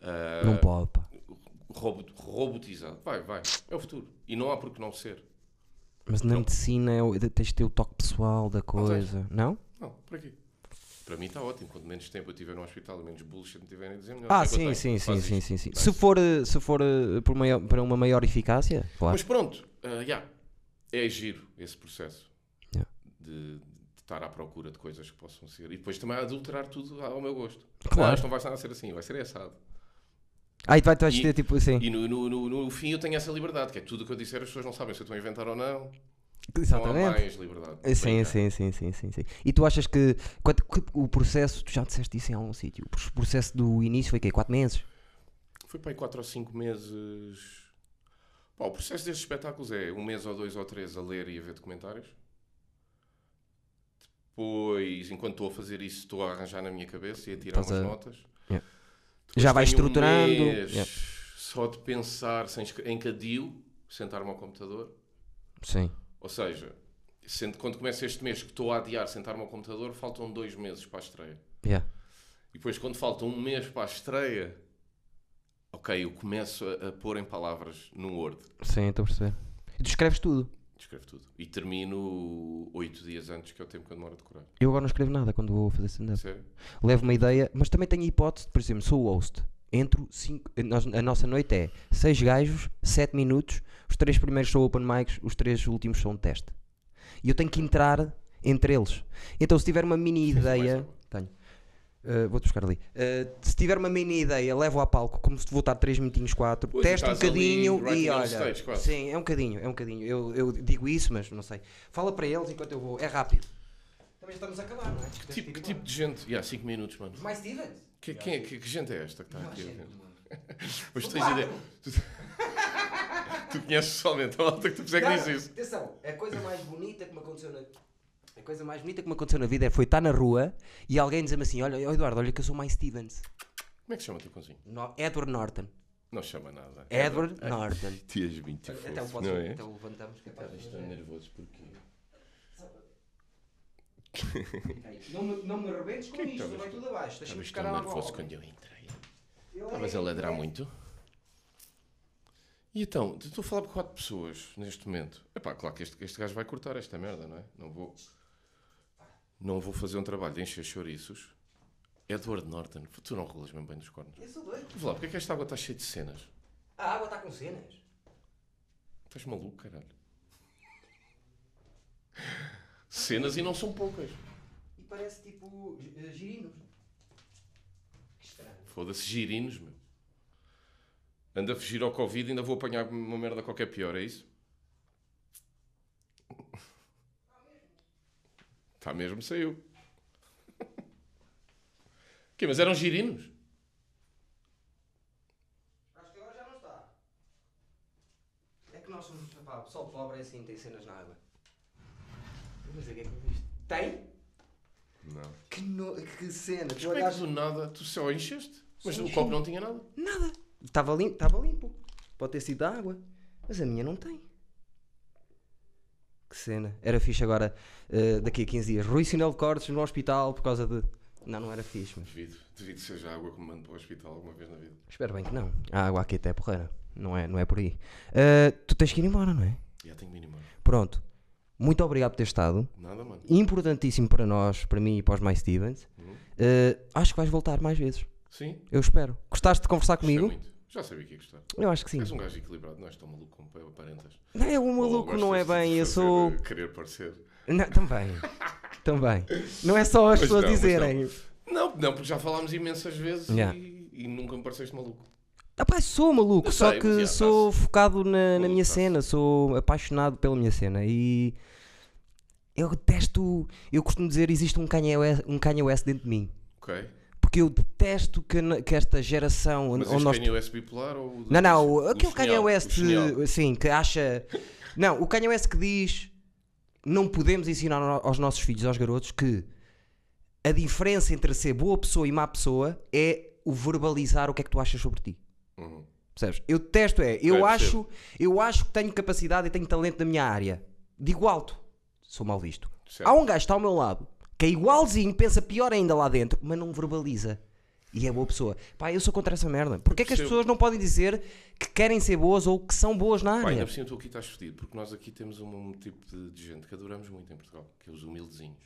[SPEAKER 2] eh,
[SPEAKER 1] Não
[SPEAKER 2] ah,
[SPEAKER 1] pode, pá.
[SPEAKER 2] Robot, robotizado. Vai, vai. É o futuro. E não há por que não ser.
[SPEAKER 1] Mas
[SPEAKER 2] Então.
[SPEAKER 1] na medicina é o- tens de ter o toque pessoal
[SPEAKER 2] Ah,
[SPEAKER 1] da coisa. Não?
[SPEAKER 2] Não, por aqui. Para mim está ótimo. Quanto menos tempo eu tiver no hospital, menos bullshit me tiverem a dizer, melhor.
[SPEAKER 1] Ah,
[SPEAKER 2] É que eu
[SPEAKER 1] sim,
[SPEAKER 2] tenho.
[SPEAKER 1] sim, sim,
[SPEAKER 2] Faz
[SPEAKER 1] sim,
[SPEAKER 2] isto.
[SPEAKER 1] sim, sim.
[SPEAKER 2] Faz
[SPEAKER 1] Se
[SPEAKER 2] isto.
[SPEAKER 1] for, eh, se for eh, por maior- para uma maior eficácia, claro.
[SPEAKER 2] Mas pronto, ah, já. é giro esse processo
[SPEAKER 1] Yeah.
[SPEAKER 2] de, de estar à procura de coisas que possam ser. E depois também adulterar tudo ao meu gosto.
[SPEAKER 1] Claro.
[SPEAKER 2] Não, isto não vai estar a ser assim, vai ser assado.
[SPEAKER 1] Aí tu vais- tu vais
[SPEAKER 2] E-
[SPEAKER 1] ter tipo assim.
[SPEAKER 2] E no, no, no, no fim eu tenho essa liberdade, que é tudo o que eu disser, as pessoas não sabem se eu estou a inventar ou não. Não há
[SPEAKER 1] Exatamente.
[SPEAKER 2] mais liberdade.
[SPEAKER 1] Sim,
[SPEAKER 2] Brincar.
[SPEAKER 1] sim, sim, sim, sim, sim. E tu achas que, quanto- que o processo, tu já disseste isso em algum sítio, o processo do início foi o quê? 4 meses?
[SPEAKER 2] Foi para aí 4 ou 5 meses. Pá, o processo destes espetáculos é um mês ou dois ou três a ler e a ver documentários. Depois, enquanto estou a fazer isso, estou a arranjar na minha cabeça e a tirar
[SPEAKER 1] Estás
[SPEAKER 2] umas
[SPEAKER 1] a-
[SPEAKER 2] notas.
[SPEAKER 1] Yeah.
[SPEAKER 2] Depois
[SPEAKER 1] Já vais
[SPEAKER 2] tenho
[SPEAKER 1] estruturando.
[SPEAKER 2] Um mês
[SPEAKER 1] Yeah.
[SPEAKER 2] Só de pensar sem escre- em cadio, sentar-me ao computador.
[SPEAKER 1] Sim.
[SPEAKER 2] Ou seja, sendo, quando começa este mês que estou a adiar sentar-me ao computador, faltam dois meses para a estreia.
[SPEAKER 1] Yeah.
[SPEAKER 2] E depois, quando falta um mês para a estreia, ok, eu começo a, a pôr em palavras no Word.
[SPEAKER 1] Sim, estou a perceber. E tu escreves tudo.
[SPEAKER 2] Escrevo tudo. E termino oito dias antes, que é o tempo que eu demoro a decorar.
[SPEAKER 1] Eu agora não escrevo nada quando vou fazer stand-up.
[SPEAKER 2] Sério?
[SPEAKER 1] Levo uma ideia, mas também tenho a hipótese, de, por exemplo, sou host. Entro cinco, eh, nós- a nossa noite é 6 gajos, 7 minutos, os três primeiros são open mics, os três últimos são de teste. E eu tenho que entrar entre eles. Então se tiver uma mini
[SPEAKER 2] Tens mais
[SPEAKER 1] ideia.
[SPEAKER 2] água?
[SPEAKER 1] Tenho. Uh, Vou-te buscar ali. Uh, se tiver uma mini ideia, levo a palco, como se vou estar 3 minutinhos, 4,
[SPEAKER 2] Pois,
[SPEAKER 1] teste um
[SPEAKER 2] estás ali
[SPEAKER 1] bocadinho
[SPEAKER 2] right
[SPEAKER 1] e
[SPEAKER 2] on
[SPEAKER 1] olha.
[SPEAKER 2] stage, quase.
[SPEAKER 1] sim, é um bocadinho, é um bocadinho. Eu, eu digo isso, mas não sei. Fala para eles enquanto eu vou. É rápido. Também estamos a acabar, não é?
[SPEAKER 2] Que tipo, que tipo de gente? Ya, cinco minutos, mano.
[SPEAKER 1] Mais Stevens?
[SPEAKER 2] Que, quem é, que, que gente é esta que está aqui? Mas
[SPEAKER 1] São
[SPEAKER 2] tens
[SPEAKER 1] quatro.
[SPEAKER 2] ideia. Tu, tu conheces pessoalmente a malta é que tu percebes que diz isso.
[SPEAKER 1] Atenção, a coisa mais bonita que me aconteceu na. A coisa mais bonita que me aconteceu na vida foi estar na rua e alguém dizer-me assim: Olha, ó Eduardo, olha que eu sou mais Stevens.
[SPEAKER 2] Como é que se chama o teu cozinho?
[SPEAKER 1] No- Edward Norton.
[SPEAKER 2] Não se chama nada. É
[SPEAKER 1] Edward
[SPEAKER 2] Ai,
[SPEAKER 1] Norton.
[SPEAKER 2] Tu és muito
[SPEAKER 1] Olha,
[SPEAKER 2] fofo,
[SPEAKER 1] Até o posso.
[SPEAKER 2] não é?
[SPEAKER 1] Até o levantamos. que é para-
[SPEAKER 2] Estavas tão nervoso porque... é
[SPEAKER 1] Não me, não me arrebentes com isto,
[SPEAKER 2] estavas-
[SPEAKER 1] vai tudo abaixo. Deixa-me
[SPEAKER 2] Estavas
[SPEAKER 1] buscar
[SPEAKER 2] tão
[SPEAKER 1] a
[SPEAKER 2] nervoso
[SPEAKER 1] bola.
[SPEAKER 2] quando eu entrei. Estavas
[SPEAKER 1] é
[SPEAKER 2] a ladrar muito? E então, estou a falar com quatro pessoas neste momento. Epá, claro que este, este gajo vai cortar esta merda, não é? Não vou. Não vou fazer um trabalho de encher chouriços. Edward Norton, tu não rolas mesmo bem nos cornos.
[SPEAKER 1] Eu sou doido.
[SPEAKER 2] Vê lá, porque é que esta água está cheia de cenas?
[SPEAKER 1] A água está com cenas.
[SPEAKER 2] Estás maluco, caralho? Cenas e não são poucas.
[SPEAKER 1] E parece tipo eh, girinos. Que estranho.
[SPEAKER 2] Foda-se, girinos, meu. Anda a fugir ao Covid e ainda vou apanhar uma merda qualquer pior, é isso? Está Tá mesmo, saiu. Quê, mas eram girinos?
[SPEAKER 1] Acho que agora já não está. É que nós somos. Pá, o pessoal pobre é assim, tem cenas na água. Vamos ver o que é que eu vi. Tem?
[SPEAKER 2] Não.
[SPEAKER 1] Que, no- que cena, tu
[SPEAKER 2] Como é que
[SPEAKER 1] olhaste.
[SPEAKER 2] do nada tu só encheste? Mas
[SPEAKER 1] Só um
[SPEAKER 2] o copo
[SPEAKER 1] gin.
[SPEAKER 2] não tinha nada.
[SPEAKER 1] Nada. Estava limpo, estava limpo. Pode ter sido da água. Mas a minha não tem. Que cena. Era fixe agora, eh, daqui a 15 dias. Rui Sinal de Cortes no hospital por causa de. Não, não era fixe, mas.
[SPEAKER 2] Devido, devido seja a água que me mando para o hospital alguma vez na vida.
[SPEAKER 1] Espero bem que não. A água aqui até é porreira. Não é, não é por aí. Eh, tu tens que ir embora, não é?
[SPEAKER 2] Já tenho mínimo.
[SPEAKER 1] Pronto. Muito obrigado por ter estado.
[SPEAKER 2] Nada, mano.
[SPEAKER 1] Importantíssimo para nós, para mim e para os mais Stevens. Eh, acho que vais voltar mais vezes.
[SPEAKER 2] Sim.
[SPEAKER 1] Eu espero. Gostaste de conversar
[SPEAKER 2] gostei
[SPEAKER 1] comigo?
[SPEAKER 2] muito. Já sabia que ia gostar.
[SPEAKER 1] Eu acho que sim.
[SPEAKER 2] És um gajo equilibrado, não és tão maluco como aparentas.
[SPEAKER 1] Não, é um maluco,
[SPEAKER 2] Ou
[SPEAKER 1] não é
[SPEAKER 2] Oh, gostas de
[SPEAKER 1] bem. Eu
[SPEAKER 2] fazer,
[SPEAKER 1] sou.
[SPEAKER 2] eh, Querer parecer.
[SPEAKER 1] Não, também. também. Não é só as
[SPEAKER 2] Pois
[SPEAKER 1] pessoas
[SPEAKER 2] não, pois
[SPEAKER 1] dizerem.
[SPEAKER 2] Não, não, porque já falámos imensas vezes
[SPEAKER 1] Yeah.
[SPEAKER 2] e, e nunca me pareceste maluco.
[SPEAKER 1] Rapaz, Ah, sou maluco,
[SPEAKER 2] Eu
[SPEAKER 1] só
[SPEAKER 2] sei,
[SPEAKER 1] que
[SPEAKER 2] mas já,
[SPEAKER 1] sou focado na, na
[SPEAKER 2] Maluco,
[SPEAKER 1] minha
[SPEAKER 2] tá-se.
[SPEAKER 1] cena, sou apaixonado pela minha cena e eu detesto. Eu costumo dizer existe um Kanye West, um Kanye West dentro de mim.
[SPEAKER 2] Ok?
[SPEAKER 1] Porque eu detesto que, na- que esta geração
[SPEAKER 2] Mas
[SPEAKER 1] onde
[SPEAKER 2] este
[SPEAKER 1] nós
[SPEAKER 2] Kanye West bipolar ou... o do-
[SPEAKER 1] Não, não, um o-
[SPEAKER 2] o
[SPEAKER 1] aquele é Kanye
[SPEAKER 2] genial, o
[SPEAKER 1] West,
[SPEAKER 2] genial?
[SPEAKER 1] assim, que acha. Não, o Kanye West que diz não podemos ensinar no- aos nossos filhos, aos garotos, que a diferença entre ser boa pessoa e má pessoa é o verbalizar o que é que tu achas sobre ti.
[SPEAKER 2] Uhum.
[SPEAKER 1] Percebes? Eu testo é, eu
[SPEAKER 2] Ok,
[SPEAKER 1] acho, eu acho que tenho capacidade e tenho talento na minha área. Digo alto, sou mal visto.
[SPEAKER 2] Certo.
[SPEAKER 1] Há um gajo que está ao meu lado que é igualzinho, pensa pior ainda lá dentro, mas não verbaliza. E é boa pessoa. Pá, eu sou contra essa merda. Porquê é que as
[SPEAKER 2] Percebo.
[SPEAKER 1] pessoas não podem dizer que querem ser boas ou que são boas na
[SPEAKER 2] Pá, ainda
[SPEAKER 1] área?
[SPEAKER 2] por cima tu aqui estás fedido, porque nós aqui temos um, um tipo de, de gente que adoramos muito em Portugal, que é os humildezinhos.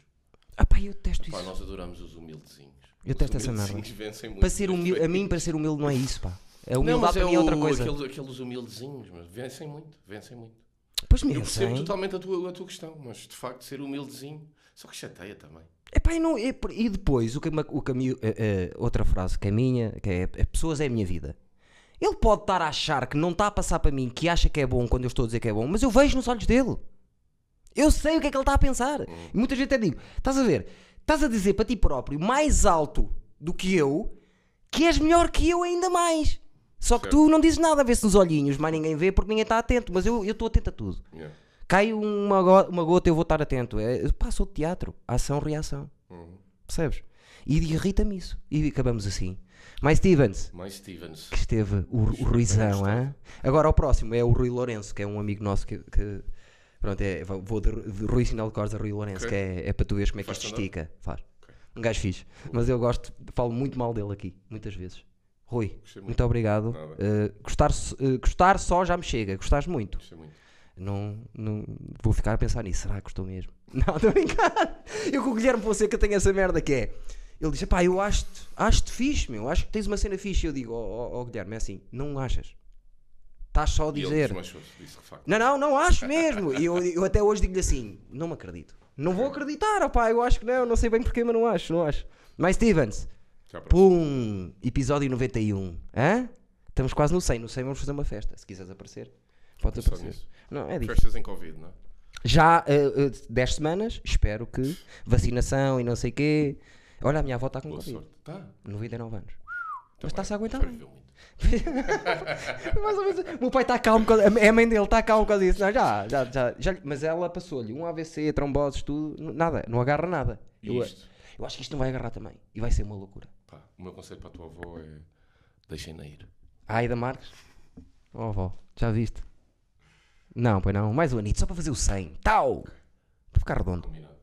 [SPEAKER 1] Ah, pá, eu testo
[SPEAKER 2] Pá,
[SPEAKER 1] isso.
[SPEAKER 2] nós adoramos os humildezinhos.
[SPEAKER 1] Eu
[SPEAKER 2] os
[SPEAKER 1] testo essa merda.
[SPEAKER 2] humildezinhos vencem muito.
[SPEAKER 1] Para ser
[SPEAKER 2] mas
[SPEAKER 1] humil...
[SPEAKER 2] bem.
[SPEAKER 1] A mim, para ser humilde, não é isso, pá. A
[SPEAKER 2] Não, mas
[SPEAKER 1] humildade para mim é
[SPEAKER 2] o-
[SPEAKER 1] outra coisa.
[SPEAKER 2] aquele- aqueles humildezinhos, mas vencem muito, vencem muito.
[SPEAKER 1] Pois me
[SPEAKER 2] Eu percebo
[SPEAKER 1] dizem.
[SPEAKER 2] totalmente a tua, a tua questão, mas de facto ser humildezinho, só que chateia também.
[SPEAKER 1] Epá, e, não, e, por- e depois, o, que ma- o caminho, eh, eh, outra frase que é minha, que é, é pessoas é a minha vida. Ele pode estar a achar que não está a passar para mim, que acha que é bom quando eu estou a dizer que é bom, mas eu vejo nos olhos dele. Eu sei o que é que ele está a pensar. E muita gente até digo, estás a ver, estás a dizer para ti próprio, mais alto do que eu, que és melhor que eu ainda mais. Só que
[SPEAKER 2] Certo.
[SPEAKER 1] tu não dizes nada, vê-se nos olhinhos, mais ninguém vê porque ninguém está atento, mas eu eu estou atento a tudo.
[SPEAKER 2] Yeah.
[SPEAKER 1] Cai uma, go- uma gota, eu vou estar atento. É, pá, sou de teatro. Ação, reação.
[SPEAKER 2] Uhum.
[SPEAKER 1] Percebes? E irrita-me isso. E acabamos assim. Mais Stevens,
[SPEAKER 2] Mais Stevens.
[SPEAKER 1] que esteve o, o Ruizão, hã? Agora o próximo é o Rui Lourenço, que é um amigo nosso que. que- pronto, é, vou vou de, Ru- de Rui Sinal de Corda Rui Lourenço,
[SPEAKER 2] Ok.
[SPEAKER 1] que é, é para tu veres como é que
[SPEAKER 2] Faz
[SPEAKER 1] isto
[SPEAKER 2] stand-up?
[SPEAKER 1] estica. Faz.
[SPEAKER 2] Ok.
[SPEAKER 1] Um gajo fixe. Mas eu gosto, falo muito mal dele aqui, muitas vezes. Rui,
[SPEAKER 2] Gostei
[SPEAKER 1] muito.
[SPEAKER 2] muito.
[SPEAKER 1] obrigado.
[SPEAKER 2] Nada.
[SPEAKER 1] Eh, gostar, so- eh, gostar só já me chega, gostaste muito.
[SPEAKER 2] Gostei muito.
[SPEAKER 1] Não, não vou ficar a pensar nisso. Será que gostou mesmo? Não, estou a brincar. Eu com o Guilherme Fonseca tenho essa merda que é. Ele diz: pá, eu acho-te acho fixe, meu. Acho que tens uma cena fixe. Eu digo: ó ó, ó, Guilherme, é assim, não achas? Estás só a
[SPEAKER 2] E ele
[SPEAKER 1] dizer.
[SPEAKER 2] desmanchou-se, disse de facto.
[SPEAKER 1] Não, não, não acho mesmo. E eu, eu até hoje digo-lhe assim: não me acredito. Não vou acreditar, opá, eu acho que não. Não sei bem porquê, mas não acho, não acho. Mas Stevens,
[SPEAKER 2] Já pronto.
[SPEAKER 1] pum, episódio 91. Hã? Estamos quase no 100. No 100 vamos fazer uma festa. Se quiseres aparecer, podes
[SPEAKER 2] Pensar
[SPEAKER 1] aparecer.
[SPEAKER 2] nisso.
[SPEAKER 1] Não, é difícil.
[SPEAKER 2] Festas em Covid, não é?
[SPEAKER 1] Já eh, eh, 10 semanas, espero que vacinação e não sei quê. Olha, a minha avó está com
[SPEAKER 2] Boa
[SPEAKER 1] Covid,
[SPEAKER 2] sorte. Tá.
[SPEAKER 1] 99 anos.
[SPEAKER 2] Também.
[SPEAKER 1] está-se a aguentar
[SPEAKER 2] Espero
[SPEAKER 1] bem.
[SPEAKER 2] viver muito.
[SPEAKER 1] Mais ou menos. O meu pai está calmo, com- a a mãe dele está calmo por causa disso. Não, já, já, já, já, mas ela passou-lhe um AVC, tromboses, tudo, n- nada, não agarra nada.
[SPEAKER 2] E
[SPEAKER 1] Eu,
[SPEAKER 2] isto?
[SPEAKER 1] eu acho que isto não vai agarrar também e vai ser uma loucura.
[SPEAKER 2] Pá, o meu conselho para a tua avó é deixem-na ir.
[SPEAKER 1] Ai da Marques, oh avó, já viste? Não, pois não, mais um anito, só para fazer o 100. Tau! Para ficar redondo.
[SPEAKER 2] Combinado.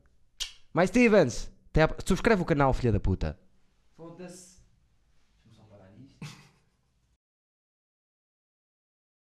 [SPEAKER 1] Mais Stevens, até à- subscreve o canal, filha da puta. Foda-se.